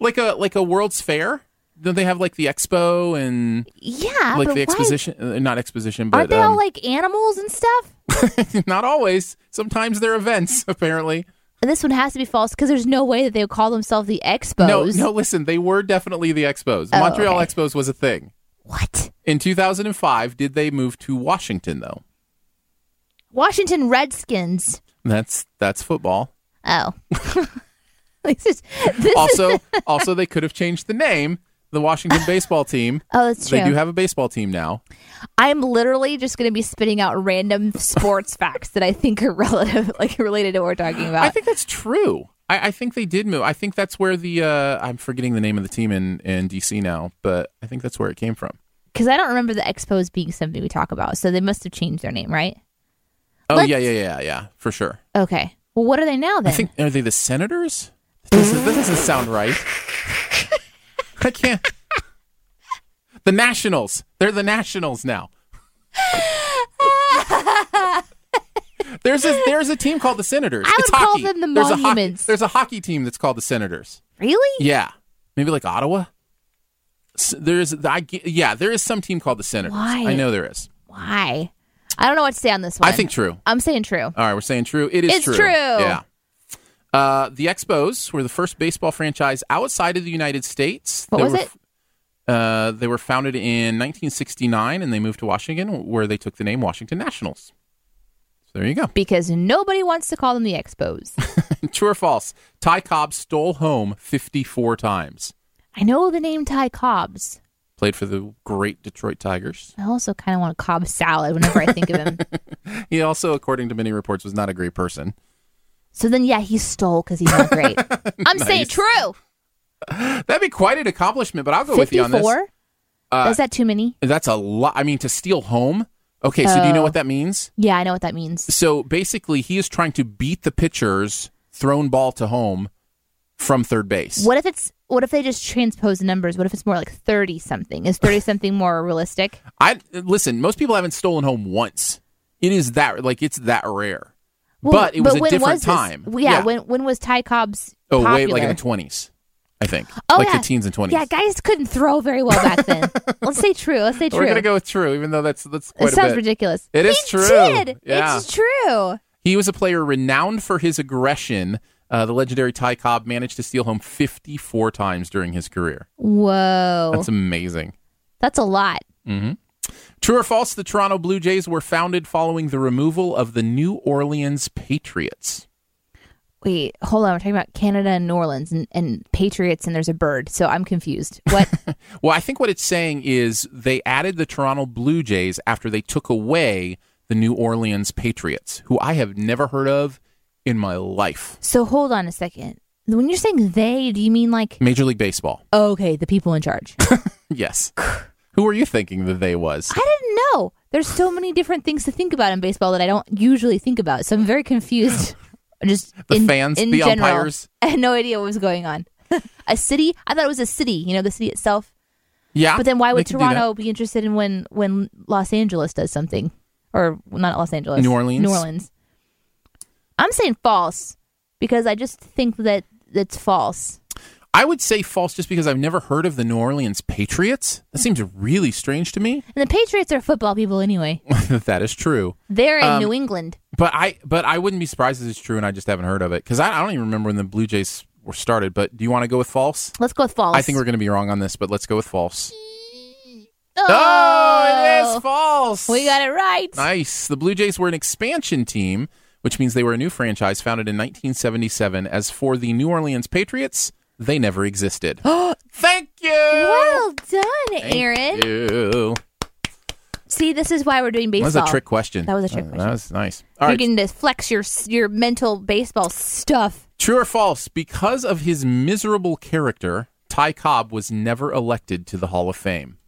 Speaker 3: Like a like a World's Fair? Don't they have like the expo and
Speaker 2: Yeah,
Speaker 3: like
Speaker 2: Ah, but
Speaker 3: the
Speaker 2: why-
Speaker 3: exposition? Uh, not exposition, but
Speaker 2: Aren't they
Speaker 3: um,
Speaker 2: all like animals and stuff?
Speaker 3: not always. Sometimes they're events, apparently.
Speaker 2: this one has to be false because there's no way that they would call themselves the
Speaker 3: No,
Speaker 2: Expos.
Speaker 3: no, listen, they were definitely the Expos.
Speaker 2: Oh,
Speaker 3: Montreal
Speaker 2: okay.
Speaker 3: Expos was a thing.
Speaker 2: What?
Speaker 3: In 2005, did they move to Washington though?
Speaker 2: Washington Redskins.
Speaker 3: That's that's football.
Speaker 2: Oh. this is this is
Speaker 3: Also, also they could have changed the name, the Washington baseball team.
Speaker 2: Oh, that's true.
Speaker 3: They do have a baseball team now.
Speaker 2: I'm literally just going to be spitting out random sports facts that I think are relative, like related to what we're talking about.
Speaker 3: I think that's true. I, I think they did move. I think that's where the uh, I'm forgetting the name of the team in in DC now, but I think that's where it came from.
Speaker 2: because I don't remember the Expos being something we talk about, so they must have changed their name, right?
Speaker 3: Oh
Speaker 2: Let's-
Speaker 3: yeah, yeah, yeah, yeah, for sure.
Speaker 2: Okay. Well, what are they now
Speaker 3: I
Speaker 2: then?
Speaker 3: think are they the Senators? That doesn't, that doesn't sound right. I can't. The Nationals. They're the Nationals now. There's a there's a team called the Senators.
Speaker 2: I would
Speaker 3: It's
Speaker 2: call
Speaker 3: hockey.
Speaker 2: them the
Speaker 3: there's
Speaker 2: Monuments.
Speaker 3: A hockey, there's a hockey team that's called the Senators.
Speaker 2: really?
Speaker 3: Yeah, maybe like Ottawa. S- There is I ge- yeah there is some team called the Senators.
Speaker 2: Why?
Speaker 3: I know there is.
Speaker 2: Why? I don't know what to say on this one.
Speaker 3: I think true.
Speaker 2: I'm saying true.
Speaker 3: All right, we're saying true. It is
Speaker 2: It's
Speaker 3: true.
Speaker 2: true.
Speaker 3: Yeah. Uh, the Expos were the first baseball franchise outside of the United States.
Speaker 2: What
Speaker 3: They
Speaker 2: was
Speaker 3: were-
Speaker 2: it?
Speaker 3: Uh, they were founded in 1969 and they moved to Washington, where they took the name Washington Nationals. So there you go.
Speaker 2: Because nobody wants to call them the Expos.
Speaker 3: True or false? Ty Cobb stole home 54 times.
Speaker 2: I know the name Ty Cobbs.
Speaker 3: Played for the great Detroit Tigers.
Speaker 2: I also kind of want a Cobb salad whenever I think of him.
Speaker 3: He also, according to many reports, was not a great person.
Speaker 2: So then, yeah, he stole because he's not great. I'm saying true.
Speaker 3: That'd be quite an accomplishment, but I'll go with you on this. Uh,
Speaker 2: 54? Is that too many?
Speaker 3: That's a lot. I mean, to steal home. Okay, so do you know
Speaker 2: Oh.
Speaker 3: what that means?
Speaker 2: Yeah, I know what that means.
Speaker 3: So basically, he is trying to beat the pitcher's thrown ball to home from third base.
Speaker 2: What if it's what if they just transpose the numbers? What if it's more like thirty something? Is thirty something more realistic?
Speaker 3: I listen. Most people haven't stolen home once. It is that like it's that rare.
Speaker 2: Well,
Speaker 3: but it was a
Speaker 2: when
Speaker 3: different
Speaker 2: this?
Speaker 3: time.
Speaker 2: Well, Yeah, when when was Ty Cobb's
Speaker 3: oh
Speaker 2: popular?
Speaker 3: wait, like in the twenties, I think.
Speaker 2: Oh,
Speaker 3: like
Speaker 2: yeah.
Speaker 3: the teens and twenties.
Speaker 2: yeah, guys couldn't throw very well back then. Let's say true. Let's say true.
Speaker 3: We're gonna go with true, even though that's that's
Speaker 2: it
Speaker 3: quite
Speaker 2: sounds
Speaker 3: a bit.
Speaker 2: ridiculous.
Speaker 3: It is
Speaker 2: He
Speaker 3: true.
Speaker 2: Did.
Speaker 3: Yeah.
Speaker 2: It's true.
Speaker 3: He was a player renowned for his aggression. Uh, the legendary Ty Cobb managed to steal home 54 times during his career.
Speaker 2: Whoa,
Speaker 3: That's
Speaker 2: that's a,
Speaker 3: amazing.
Speaker 2: lot.
Speaker 3: True or false, the Toronto Blue Jays were founded following the removal of the New Orleans Patriots.
Speaker 2: Wait, hold on. We're talking about Canada and New Orleans and, and Patriots, and there's a bird. So I'm confused. What?
Speaker 3: Well, I think what it's saying is they added the Toronto Blue Jays after they took away the New Orleans Patriots, who I have never heard of in my life.
Speaker 2: so hold on a second. When you're saying they, do you mean like
Speaker 3: Major League Baseball.
Speaker 2: okay, the people in charge?
Speaker 3: Yes. who were you thinking that they was?
Speaker 2: I didn't know. There's so many different things to think about in baseball that I don't usually think about. So I'm very confused. Just
Speaker 3: The
Speaker 2: in,
Speaker 3: fans,
Speaker 2: in
Speaker 3: the
Speaker 2: general.
Speaker 3: umpires.
Speaker 2: I had no idea what was going on. a city? I thought it was a city. You know, the city itself.
Speaker 3: Yeah.
Speaker 2: But then why would
Speaker 3: Ah, they could do that.
Speaker 2: Toronto be interested in when when Los Angeles does something or not Los Angeles,
Speaker 3: New Orleans?
Speaker 2: New Orleans. I'm saying false because I just think that that's false.
Speaker 3: I would say false just because I've never heard of the New Orleans Patriots. That seems really strange to me.
Speaker 2: And the Patriots are football people anyway.
Speaker 3: that is true.
Speaker 2: They're in
Speaker 3: Um,
Speaker 2: New England.
Speaker 3: But I but I wouldn't be surprised if it's true, and I just haven't heard of it because I, I don't even remember when the Blue Jays were started. But do you want to go with false?
Speaker 2: Let's go with false.
Speaker 3: I think we're going to be wrong on this, but let's go with false.
Speaker 2: Oh,
Speaker 3: Oh, it is false.
Speaker 2: We got it right.
Speaker 3: Nice. The Blue Jays were an expansion team, which means they were a new franchise founded in 1977. As for the New Orleans Patriots, they never existed. Thank you.
Speaker 2: Well done,
Speaker 3: Thank
Speaker 2: Aaron.
Speaker 3: you.
Speaker 2: See, this is why we're doing
Speaker 3: That
Speaker 2: baseball.
Speaker 3: was a trick question.
Speaker 2: That was a trick
Speaker 3: Uh, That
Speaker 2: question.
Speaker 3: was nice. All
Speaker 2: You're
Speaker 3: right.
Speaker 2: getting to flex your your mental baseball stuff.
Speaker 3: True or false? Because of his miserable character, Ty Cobb was never elected to the Hall of Fame.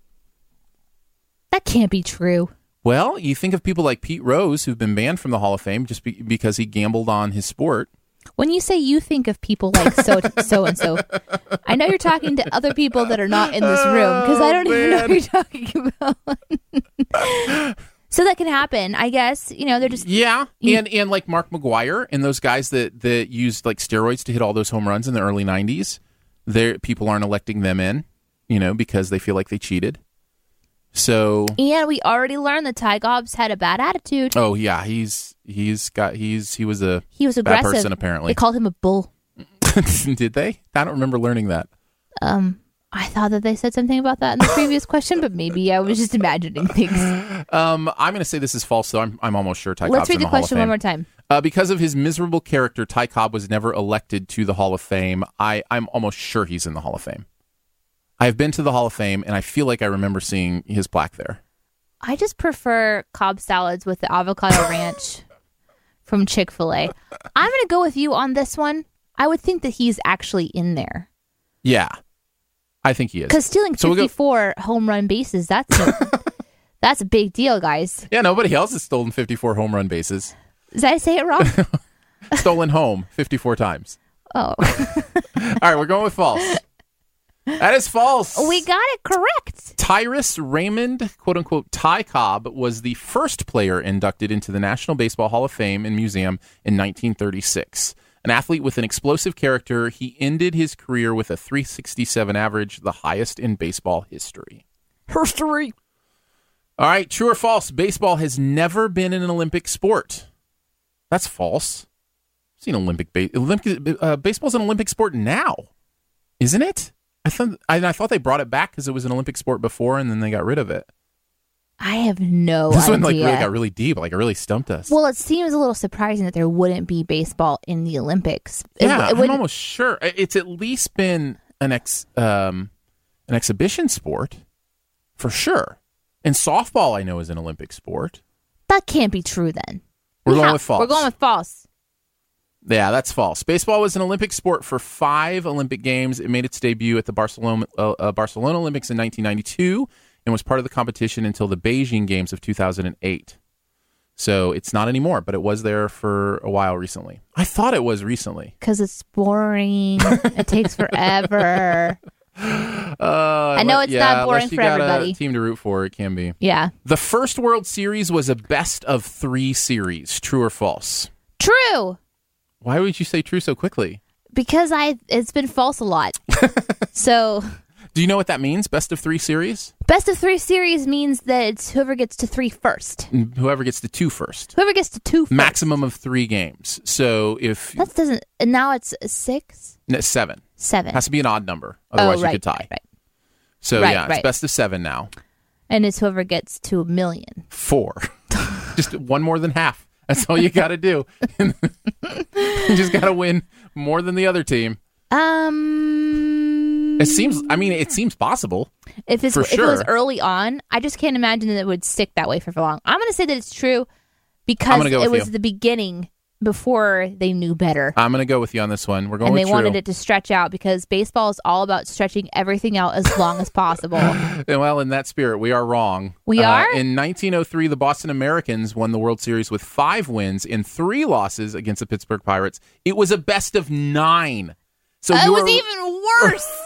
Speaker 2: That can't be true.
Speaker 3: Well, you think of people like Pete Rose who've been banned from the Hall of Fame just be- because he gambled on his sport.
Speaker 2: When you say you think of people like so so and so, I know you're talking to other people that are not in this room because
Speaker 3: Oh,
Speaker 2: I don't even know what you're talking about. so that can happen, I guess. You know, they're just
Speaker 3: Yeah, and and like Mark McGuire and those guys that that used like steroids to hit all those home runs in the early '90s. There, people aren't electing them in, you know, because they feel like they cheated. So,
Speaker 2: and we already learned that Ty Gobbs had a bad attitude.
Speaker 3: oh yeah, he's He's got he's he was a
Speaker 2: He was
Speaker 3: bad
Speaker 2: aggressive.
Speaker 3: person apparently.
Speaker 2: They called him a bull.
Speaker 3: Did they? I don't remember learning that.
Speaker 2: Um, I thought that they said something about that in the previous question, but maybe I was just imagining things.
Speaker 3: Um, I'm going to say this is false, though. I'm, I'm almost sure Ty
Speaker 2: Let's
Speaker 3: Cobb's in
Speaker 2: read the
Speaker 3: Hall of
Speaker 2: question
Speaker 3: Fame.
Speaker 2: one more time.
Speaker 3: Uh, because of his miserable character, Ty Cobb was never elected to the Hall of Fame. I, I'm almost sure he's in the Hall of Fame. I've been to the Hall of Fame, and I feel like I remember seeing his plaque there.
Speaker 2: I just prefer Cobb salads with the avocado ranch from Chick fil A. I'm going to go with you on this one. I would think that he's actually in there.
Speaker 3: Yeah, I think he is.
Speaker 2: Because stealing
Speaker 3: So we'll go-
Speaker 2: 54 home run bases, that's a, that's a big deal, guys.
Speaker 3: Yeah, nobody else has stolen 54 home run bases.
Speaker 2: Did I say it wrong?
Speaker 3: stolen home 54 times.
Speaker 2: Oh,
Speaker 3: All right, we're going with false. That is false.
Speaker 2: we got it correct.
Speaker 3: Tyrus Raymond, quote unquote, Ty Cobb, was the first player inducted into the National Baseball Hall of Fame and Museum in 1936. An athlete with an explosive character, he ended his career with a 367 average, the highest in baseball history. History. All right, true or false? Baseball has never been an Olympic sport. That's false. I've seen Olympic ba- Olympic uh, baseball's an Olympic sport now, isn't it? I thought I, I thought they brought it back because it was an Olympic sport before, and then they got rid of it.
Speaker 2: I have no
Speaker 3: this
Speaker 2: idea.
Speaker 3: one like really got really deep. Like it really stumped us.
Speaker 2: well, it seems a little surprising that there wouldn't be baseball in the Olympics. It-
Speaker 3: yeah,
Speaker 2: it
Speaker 3: I'm
Speaker 2: wouldn't-
Speaker 3: almost sure I- it's at least been an ex um, an exhibition sport for sure. And softball, I know, is an Olympic sport.
Speaker 2: that can't be true then.
Speaker 3: We're
Speaker 2: Yeah,
Speaker 3: going with false.
Speaker 2: We're going with false.
Speaker 3: Yeah, that's false. Baseball was an Olympic sport for five Olympic Games. It made its debut at the Barcelona, uh, uh, Barcelona Olympics in 1992 and was part of the competition until the Beijing Games of 2008. So it's not anymore, but it was there for a while recently. I thought it was recently.
Speaker 2: Because it's boring. it takes forever.
Speaker 3: Uh,
Speaker 2: I know
Speaker 3: but
Speaker 2: it's
Speaker 3: yeah,
Speaker 2: not boring
Speaker 3: unless you
Speaker 2: for
Speaker 3: got a
Speaker 2: everybody.
Speaker 3: Team to root for, it can be.
Speaker 2: Yeah.
Speaker 3: The first World Series was a best of three series. True or false?
Speaker 2: True.
Speaker 3: Why would you say true so quickly?
Speaker 2: Because I it's been false a lot. so
Speaker 3: Do you know what that means? Best of three series?
Speaker 2: best of three series means that it's whoever gets to three first.
Speaker 3: And Mm, whoever gets to two first.
Speaker 2: Whoever gets to two first.
Speaker 3: Maximum of three games. So if
Speaker 2: That doesn't and now it's six?
Speaker 3: no, seven
Speaker 2: Seven.
Speaker 3: has to be an odd number,
Speaker 2: Oh,
Speaker 3: otherwise
Speaker 2: right,
Speaker 3: you could tie.
Speaker 2: Right, right.
Speaker 3: So
Speaker 2: Right,
Speaker 3: yeah, it's
Speaker 2: right.
Speaker 3: best of seven now.
Speaker 2: And it's whoever gets to a million.
Speaker 3: Four, just one more than half. That's all you got to do. you just got to win more than the other team.
Speaker 2: Um
Speaker 3: It seems. I mean, it seems possible.
Speaker 2: if it's
Speaker 3: for
Speaker 2: if it was
Speaker 3: sure.
Speaker 2: early on, I just can't imagine that it would stick that way for long. I'm gonna say that it's true
Speaker 3: I'm
Speaker 2: because
Speaker 3: gonna go
Speaker 2: it
Speaker 3: with
Speaker 2: was
Speaker 3: you.
Speaker 2: the beginning before they knew better.
Speaker 3: I'm gonna go with you on this one. We're going
Speaker 2: and
Speaker 3: with
Speaker 2: they wanted
Speaker 3: true.
Speaker 2: it to stretch out because baseball is all about stretching everything out as long as possible.
Speaker 3: And Well, in that spirit, we are wrong. Uh,
Speaker 2: We are?
Speaker 3: In 1903, the Boston Americans won the World Series with five wins and three losses against the Pittsburgh Pirates. It was a best of nine. So
Speaker 2: Oh, it
Speaker 3: you
Speaker 2: was
Speaker 3: are
Speaker 2: even worse.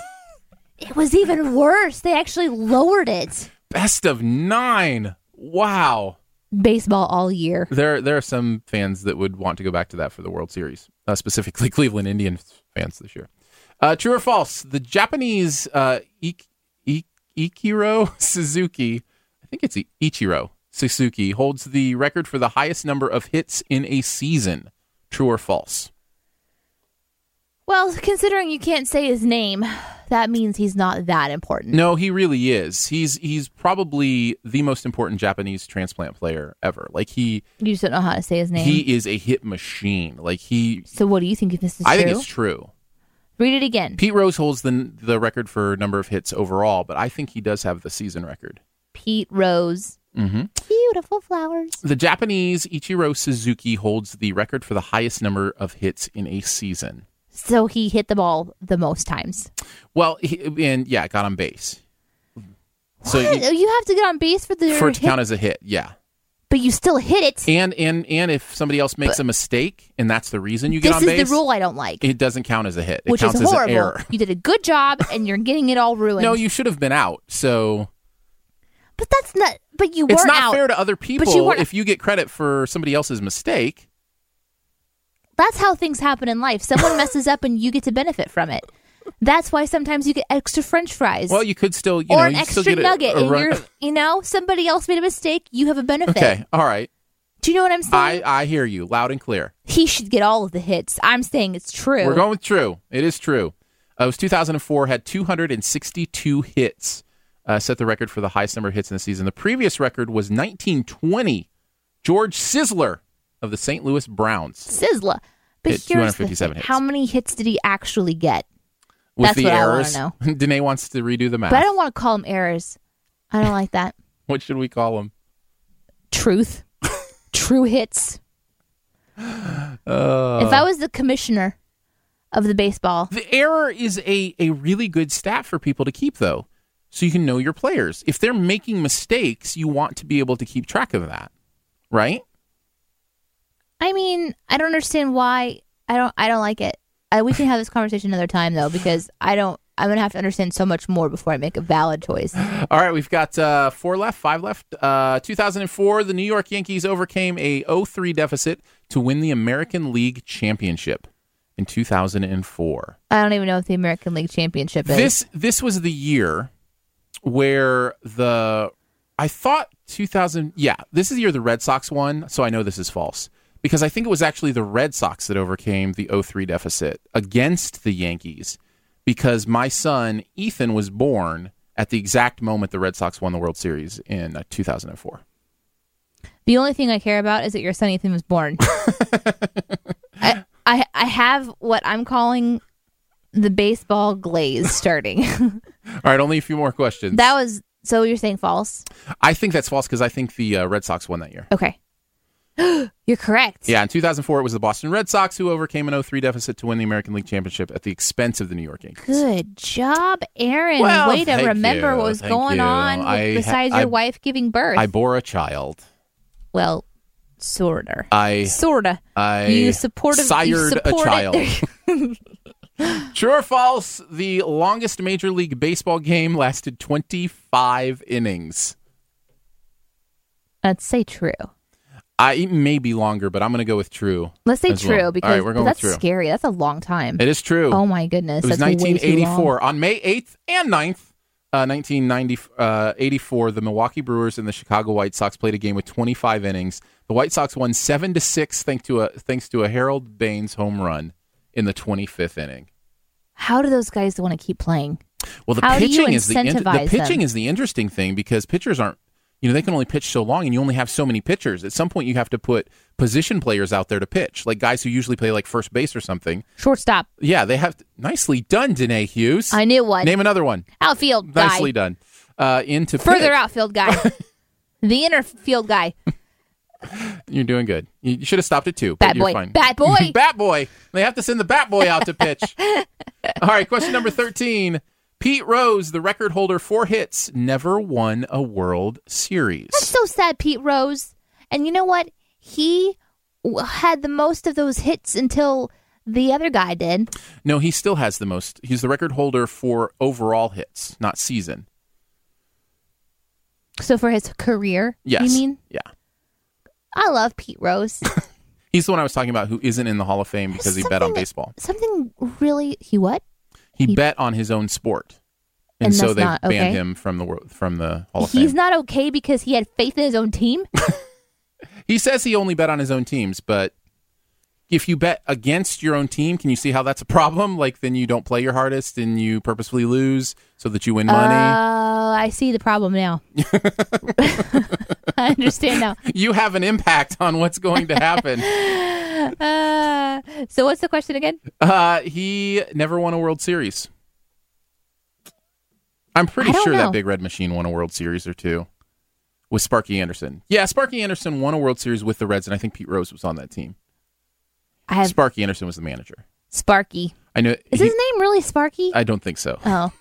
Speaker 2: it was even worse. They actually lowered it.
Speaker 3: best of nine. Wow.
Speaker 2: Baseball all year.
Speaker 3: There, there are some fans that would want to go back to that for the World Series, uh, specifically Cleveland Indians fans this year. Uh, true or false? The Japanese uh, Ik- Ik- Ikiro Suzuki, I think it's I- Ichiro Suzuki, holds the record for the highest number of hits in a season. True or false?
Speaker 2: Well, considering you can't say his name, that means he's not that important.
Speaker 3: No, he really is. He's he's probably the most important Japanese transplant player ever. Like he
Speaker 2: You just don't know how to say his name.
Speaker 3: he is a hit machine. Like he,
Speaker 2: so what do you think if this is
Speaker 3: I
Speaker 2: true?
Speaker 3: think it's true.
Speaker 2: Read it again.
Speaker 3: Pete Rose holds the the record for number of hits overall, but I think he does have the season record.
Speaker 2: Pete Rose.
Speaker 3: Mm-hmm.
Speaker 2: Beautiful flowers.
Speaker 3: The Japanese Ichiro Suzuki holds the record for the highest number of hits in a season.
Speaker 2: So he hit the ball the most times.
Speaker 3: Well, he, and yeah, got on base. So
Speaker 2: What?
Speaker 3: you-
Speaker 2: you have to get on base for the
Speaker 3: for it to
Speaker 2: hit,
Speaker 3: count as a hit, yeah.
Speaker 2: but you still hit it.
Speaker 3: And and and if somebody else makes a mistake and that's the reason you get
Speaker 2: this
Speaker 3: on
Speaker 2: is
Speaker 3: base,
Speaker 2: the rule I don't like.
Speaker 3: it doesn't count as a hit. It
Speaker 2: which is
Speaker 3: counts as an
Speaker 2: horrible.
Speaker 3: error.
Speaker 2: You did a good job, and you're getting it all ruined.
Speaker 3: No, you should have been out. So
Speaker 2: But that's not. But you
Speaker 3: it's
Speaker 2: weren't
Speaker 3: not
Speaker 2: out.
Speaker 3: fair to other
Speaker 2: you
Speaker 3: people
Speaker 2: weren't-
Speaker 3: if you get credit for somebody else's mistake.
Speaker 2: That's how things happen in life. Someone messes up, and you get to benefit from it. That's why sometimes you get extra French fries
Speaker 3: Well, you could still, you
Speaker 2: or
Speaker 3: know,
Speaker 2: an
Speaker 3: you
Speaker 2: extra
Speaker 3: still get
Speaker 2: nugget.
Speaker 3: a- a
Speaker 2: and
Speaker 3: run-
Speaker 2: you're, you know, somebody else made a mistake. You have a benefit.
Speaker 3: okay, all right.
Speaker 2: Do you know what I'm saying?
Speaker 3: I, I hear you loud and clear.
Speaker 2: he should get all of the hits. I'm saying it's true.
Speaker 3: We're going with true. It is true. Uh, it was 2004, had 262 hits, uh, set the record for the highest number of hits in the season. The previous record was 1920, George Sizzler of the St. Louis Browns
Speaker 2: Sizzla. But
Speaker 3: Hit
Speaker 2: here's the
Speaker 3: 257
Speaker 2: thing.
Speaker 3: hits.
Speaker 2: How many hits did he actually get?
Speaker 3: with
Speaker 2: That's
Speaker 3: the
Speaker 2: what I wanna
Speaker 3: errors.
Speaker 2: know.
Speaker 3: Danae wants to redo the math.
Speaker 2: But I don't want to call them errors. I don't like that.
Speaker 3: what should we call them?
Speaker 2: Truth. True hits.
Speaker 3: Uh.
Speaker 2: if I was the commissioner of the baseball,
Speaker 3: The error is a, a really good stat for people to keep, though, so you can know your players. If they're making mistakes, you want to be able to keep track of that, right?
Speaker 2: I mean, I don't understand why I don't I don't like it. I, we can have this conversation another time though because I don't I'm going to have to understand so much more before I make a valid choice.
Speaker 3: All right, we've got uh, four left, five left. Uh, 2004, the New York Yankees overcame a 0-3 deficit to win the American League Championship in 2004.
Speaker 2: I don't even know what the American League Championship is.
Speaker 3: This this was the year where the I thought 2000 yeah this is the year the Red Sox won so I know this is false because I think it was actually the Red Sox that overcame the 0-3 deficit against the Yankees because my son Ethan was born at the exact moment the Red Sox won the World Series in uh, 2004.
Speaker 2: The only thing I care about is that your son Ethan was born. I, I I have what I'm calling the baseball glaze starting.
Speaker 3: All right, only a few more questions.
Speaker 2: that was so you're saying false?
Speaker 3: I think that's false because I think the uh, Red Sox won that year.
Speaker 2: Okay. you're correct.
Speaker 3: Yeah, in 2004, it was the Boston Red Sox who overcame an 0-3 deficit to win the American League Championship at the expense of the New York Yankees.
Speaker 2: Good job, Aaron.
Speaker 3: Well,
Speaker 2: Way to
Speaker 3: thank
Speaker 2: remember
Speaker 3: you,
Speaker 2: what was
Speaker 3: thank
Speaker 2: going
Speaker 3: you.
Speaker 2: on with-
Speaker 3: I ha-
Speaker 2: besides
Speaker 3: I-
Speaker 2: your wife giving birth.
Speaker 3: I bore a child.
Speaker 2: well, sorta.
Speaker 3: I
Speaker 2: sorta.
Speaker 3: I
Speaker 2: you supportive you
Speaker 3: sired a
Speaker 2: supported-
Speaker 3: child. True or false? The longest Major League Baseball game lasted 25 innings.
Speaker 2: Let's say true.
Speaker 3: I it may be longer, but I'm going to go with true.
Speaker 2: Let's say
Speaker 3: as
Speaker 2: true
Speaker 3: well. All
Speaker 2: because
Speaker 3: right, we're
Speaker 2: but
Speaker 3: going with
Speaker 2: that's
Speaker 3: true.
Speaker 2: scary. That's a long time.
Speaker 3: It is true.
Speaker 2: Oh my goodness.
Speaker 3: It was
Speaker 2: that's way too long.
Speaker 3: 1984. On May 8th and 9th, uh, 1984, the Milwaukee Brewers and the Chicago White Sox played a game with 25 innings. The White Sox won 7 to 6 thanks to a thanks to a Harold Baines home run in the 25th inning.
Speaker 2: How do those guys want to keep playing?
Speaker 3: Well, the
Speaker 2: How do you
Speaker 3: pitching is the in- the
Speaker 2: incentivize
Speaker 3: pitching
Speaker 2: them?
Speaker 3: is the interesting thing because pitchers aren't you know they can only pitch so long and you only have so many pitchers. At some point you have to put position players out there to pitch, like guys who usually play like first base or something.
Speaker 2: Shortstop.
Speaker 3: Yeah, they have nicely done, Danae Hughes.
Speaker 2: I knew one.
Speaker 3: Name another one.
Speaker 2: outfield guy.
Speaker 3: Nicely done. Uh, into
Speaker 2: Further
Speaker 3: pitch.
Speaker 2: outfield guy. the inner field guy.
Speaker 3: You're doing good. You should have stopped at two. but
Speaker 2: Bat
Speaker 3: you're
Speaker 2: boy.
Speaker 3: Fine.
Speaker 2: Bat boy.
Speaker 3: bat boy. They have to send the bat boy out to pitch. All right. Question number thirteen. Pete Rose, the record holder for hits, never won a World Series.
Speaker 2: so sad, Pete Rose. And you know what? He w- had the most of those hits until the other guy did.
Speaker 3: No, he still has the most. He's the record holder for overall hits, not season.
Speaker 2: So for his career,
Speaker 3: Yes.
Speaker 2: you mean?
Speaker 3: Yeah.
Speaker 2: I love Pete Rose.
Speaker 3: He's the one I was talking about who isn't in the Hall of Fame because he bet on
Speaker 2: Something-
Speaker 3: baseball.
Speaker 2: Something really he what?
Speaker 3: He,
Speaker 2: he-
Speaker 3: bet on his own sport, and,
Speaker 2: And
Speaker 3: so
Speaker 2: that's
Speaker 3: they
Speaker 2: not
Speaker 3: banned
Speaker 2: okay.
Speaker 3: him from the world, from the Hall of Fame.
Speaker 2: He's not okay because he had faith in his own team.
Speaker 3: He says he only bet on his own teams, but if you bet against your own team, can you see how that's a problem? Like, then you don't play your hardest and you purposefully lose so that you win money.
Speaker 2: Oh, I see the problem now. I understand now.
Speaker 3: you have an impact on what's going to happen.
Speaker 2: Uh, so what's the question again?
Speaker 3: uh, he never won a World Series. I'm pretty
Speaker 2: I don't
Speaker 3: sure that
Speaker 2: know.
Speaker 3: Big Red Machine won a World Series or two with Sparky Anderson. Yeah, Sparky Anderson won a World Series with the Reds, and I think Pete Rose was on that team.
Speaker 2: I have
Speaker 3: Sparky Anderson was the manager.
Speaker 2: Sparky.
Speaker 3: I know.
Speaker 2: Is
Speaker 3: he-
Speaker 2: his name really Sparky?
Speaker 3: I don't think so.
Speaker 2: oh,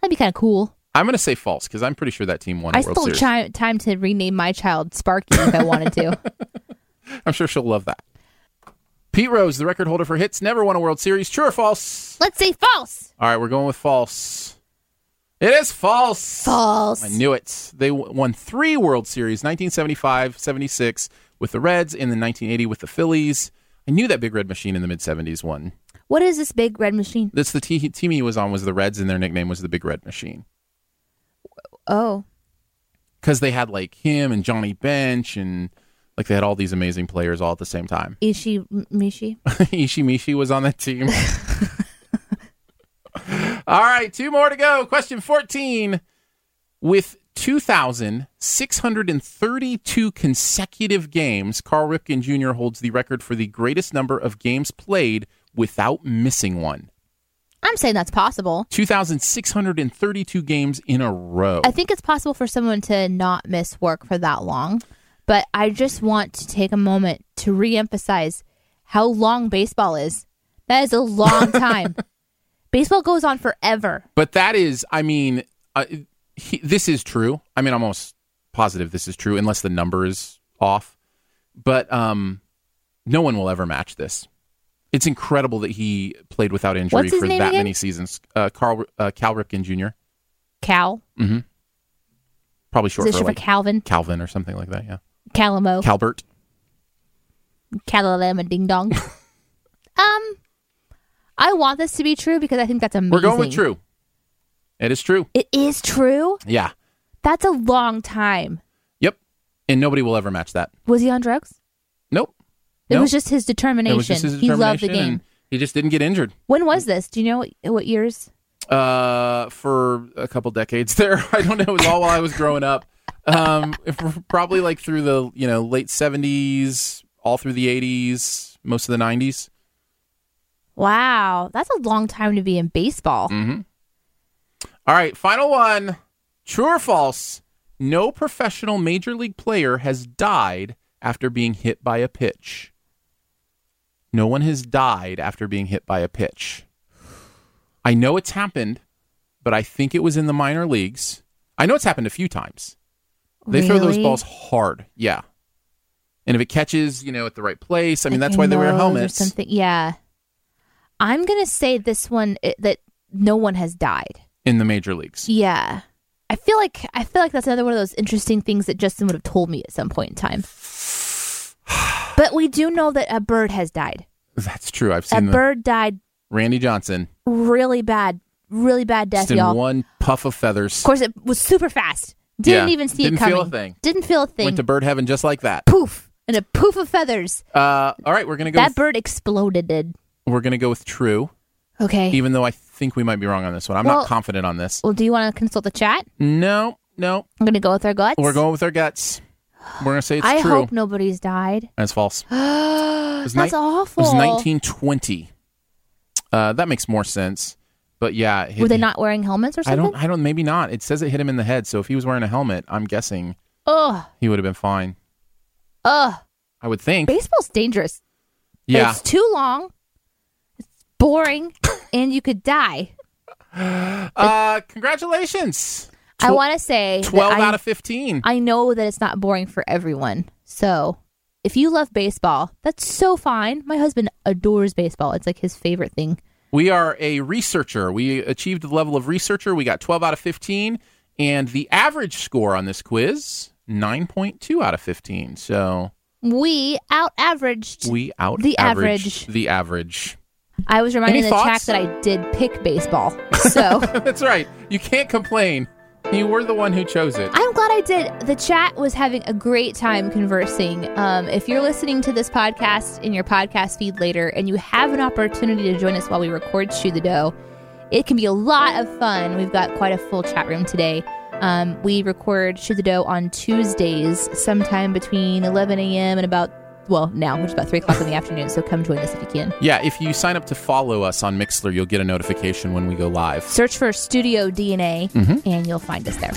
Speaker 2: that'd be kind of cool.
Speaker 3: I'm going to say false because I'm pretty sure that team won a
Speaker 2: I
Speaker 3: World
Speaker 2: still
Speaker 3: Series.
Speaker 2: have time to rename my child Sparky if I wanted to.
Speaker 3: I'm sure she'll love that. Pete Rose, the record holder for hits, never won a World Series. True or false?
Speaker 2: Let's say false.
Speaker 3: All right, we're going with false. It is false.
Speaker 2: False.
Speaker 3: I knew it. They w- won three World Series 1975, 76 with the Reds, and then 1980 with the Phillies. I knew that Big Red Machine in the mid 70s won.
Speaker 2: What is this big red machine?
Speaker 3: That's the te- team he was on was the Reds, and their nickname was the Big Red Machine
Speaker 2: Oh,
Speaker 3: because they had like him and Johnny Bench and Like they had all these amazing players all at the same time.
Speaker 2: Ishi Mishi.
Speaker 3: Ishimishi was on that team. All right, two more to go. Question 14. With 2,632 consecutive games, Carl Ripken Jr. holds the record for the greatest number of games played without missing one.
Speaker 2: I'm saying that's possible.
Speaker 3: 2,632 games in a row.
Speaker 2: I think it's possible for someone to not miss work for that long, but I just want to take a moment to reemphasize how long baseball is. That is a long time. baseball goes on forever.
Speaker 3: But that is, I mean, uh, he, this is true. I mean, I'm almost positive this is true, unless the number is off. But um, no one will ever match this. It's incredible that he played without injury
Speaker 2: What's his
Speaker 3: for that
Speaker 2: name again?
Speaker 3: many seasons. Uh, Carl uh, Cal Ripken Jr.
Speaker 2: Cal.
Speaker 3: Probably short
Speaker 2: Position
Speaker 3: for
Speaker 2: for,
Speaker 3: like
Speaker 2: Calvin.
Speaker 3: Calvin or something like that. Yeah,
Speaker 2: Calamo.
Speaker 3: Calbert.
Speaker 2: Calalama Ding Dong. um, I want this to be true because I think that's amazing.
Speaker 3: We're going with true. It is true.
Speaker 2: It is true.
Speaker 3: Yeah.
Speaker 2: That's a long time.
Speaker 3: Yep. And nobody will ever match that.
Speaker 2: Was he on drugs?
Speaker 3: Nope.
Speaker 2: It
Speaker 3: Nope.
Speaker 2: was just his determination.
Speaker 3: It was just his
Speaker 2: he loved the
Speaker 3: determination,
Speaker 2: game.
Speaker 3: and He just didn't get injured.
Speaker 2: When was this? Do you know what, what years?
Speaker 3: uh, for a couple decades there. I don't know. It was all while I was growing up. Um, if- probably like through the you know late seventies, all through the eighties, most of the nineties.
Speaker 2: Wow, that's a long time to be in baseball.
Speaker 3: All right, final one: true or false? No professional major league player has died after being hit by a pitch. No one has died after being hit by a pitch. I know it's happened, but I think it was in the minor leagues. I know it's happened a few times. Mm-hmm. They throw those
Speaker 2: Really?
Speaker 3: balls hard. Yeah. And if it catches, you know, at the right place, I mean,
Speaker 2: Like
Speaker 3: that's
Speaker 2: in
Speaker 3: why they wear
Speaker 2: nose
Speaker 3: helmets.
Speaker 2: or something. Yeah, I'm gonna say this one it, that no one has died.
Speaker 3: in the major leagues.
Speaker 2: Yeah, I feel like I feel like that's another one of those interesting things that Justin would have told me at some point in time. But we do know that a bird has died.
Speaker 3: That's true. I've
Speaker 2: A
Speaker 3: seen the,
Speaker 2: bird died
Speaker 3: Randy Johnson
Speaker 2: really bad, really bad death,
Speaker 3: just in
Speaker 2: y'all.
Speaker 3: one puff of feathers.
Speaker 2: Of course, it was super fast. Didn't
Speaker 3: Yeah.
Speaker 2: even see
Speaker 3: Didn't
Speaker 2: it coming.
Speaker 3: feel a thing.
Speaker 2: Didn't feel a thing.
Speaker 3: Went to bird heaven just like that.
Speaker 2: poof and a poof of feathers.
Speaker 3: Uh, all right, we're gonna go.
Speaker 2: that
Speaker 3: with,
Speaker 2: bird exploded.
Speaker 3: We're gonna go with true,
Speaker 2: Okay.
Speaker 3: even though I think we might be wrong on this one. I'm
Speaker 2: Well-
Speaker 3: not confident on this.
Speaker 2: well, do you want to consult the chat?
Speaker 3: No, no,
Speaker 2: I'm gonna go with our guts.
Speaker 3: we're going with our guts. We're gonna say it's
Speaker 2: I
Speaker 3: true.
Speaker 2: hope nobody's died.
Speaker 3: That's false. It was
Speaker 2: That's
Speaker 3: nine-
Speaker 2: awful.
Speaker 3: It was 1920. Uh, that makes more sense. But yeah, it hit-
Speaker 2: Were they not wearing helmets or
Speaker 3: I
Speaker 2: something?
Speaker 3: don't. I don't. Maybe not. It says it hit him in the head. So if he was wearing a helmet, I'm guessing
Speaker 2: Ugh.
Speaker 3: he would have been fine.
Speaker 2: Ugh.
Speaker 3: I would think.
Speaker 2: Baseball's dangerous.
Speaker 3: yeah.
Speaker 2: It's too long. It's boring, and you could die.
Speaker 3: Uh, congratulations.
Speaker 2: I want to say that
Speaker 3: Twelve
Speaker 2: I-
Speaker 3: out of fifteen.
Speaker 2: I know that it's not boring for everyone. So if you love baseball, that's so fine. My husband adores baseball. It's like his favorite thing.
Speaker 3: We are a researcher. We achieved the level of researcher. We got 12 out of 15. And the average score on this quiz, 9.2 out of 15. So
Speaker 2: We out averaged.
Speaker 3: we out
Speaker 2: The
Speaker 3: averaged
Speaker 2: average.
Speaker 3: the average.
Speaker 2: I was reminded
Speaker 3: Any
Speaker 2: in the chat
Speaker 3: thoughts?
Speaker 2: that I did pick baseball. So
Speaker 3: That's right. You can't complain. You were the one who chose it.
Speaker 2: I'm glad I did. The chat was having a great time conversing. Um, if you're listening to this podcast in your podcast feed later and you have an opportunity to join us while we record Shoe the Dough, it can be a lot of fun. We've got quite a full chat room today. Um, we record Shoe the Dough on Tuesdays, sometime between 11 a.m. and about, well, now, which is about 3 o'clock in the afternoon. So come join us if you can.
Speaker 3: Yeah, if you sign up to follow us on Mixler, you'll get a notification when we go live.
Speaker 2: Search for Studio DNA
Speaker 3: Mm-hmm.
Speaker 2: and you'll find us there.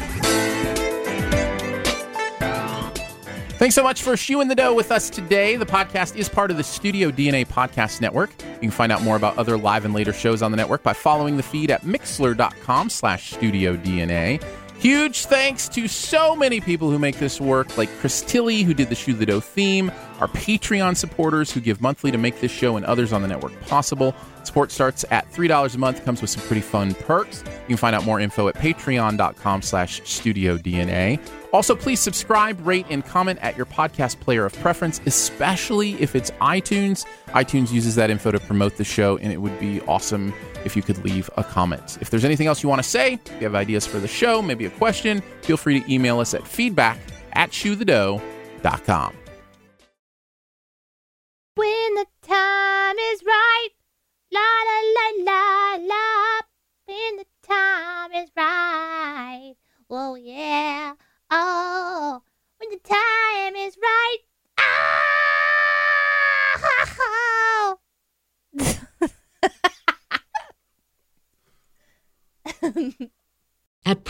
Speaker 3: Thanks so much for shoeing the dough with us today. The podcast is part of the Studio DNA Podcast Network. You can find out more about other live and later shows on the network by following the feed at mixler.com slash studio DNA. Huge thanks to so many people who make this work, like Chris Tilly, who did the Shoe the Dough theme, our Patreon supporters who give monthly to make this show and others on the network possible. Support starts at $3 a month, comes with some pretty fun perks. You can find out more info at patreon.com slash studio DNA. Also, please subscribe, rate, and comment at your podcast player of preference, especially if it's iTunes. iTunes uses that info to promote the show, and it would be awesome if you could leave a comment. If there's anything else you want to say, if you have ideas for the show, maybe a question, feel free to email us at feedback at shoethedough.com.
Speaker 4: La la la la la. When the time is right. Oh yeah. Oh, when the time is right. Ah!
Speaker 5: At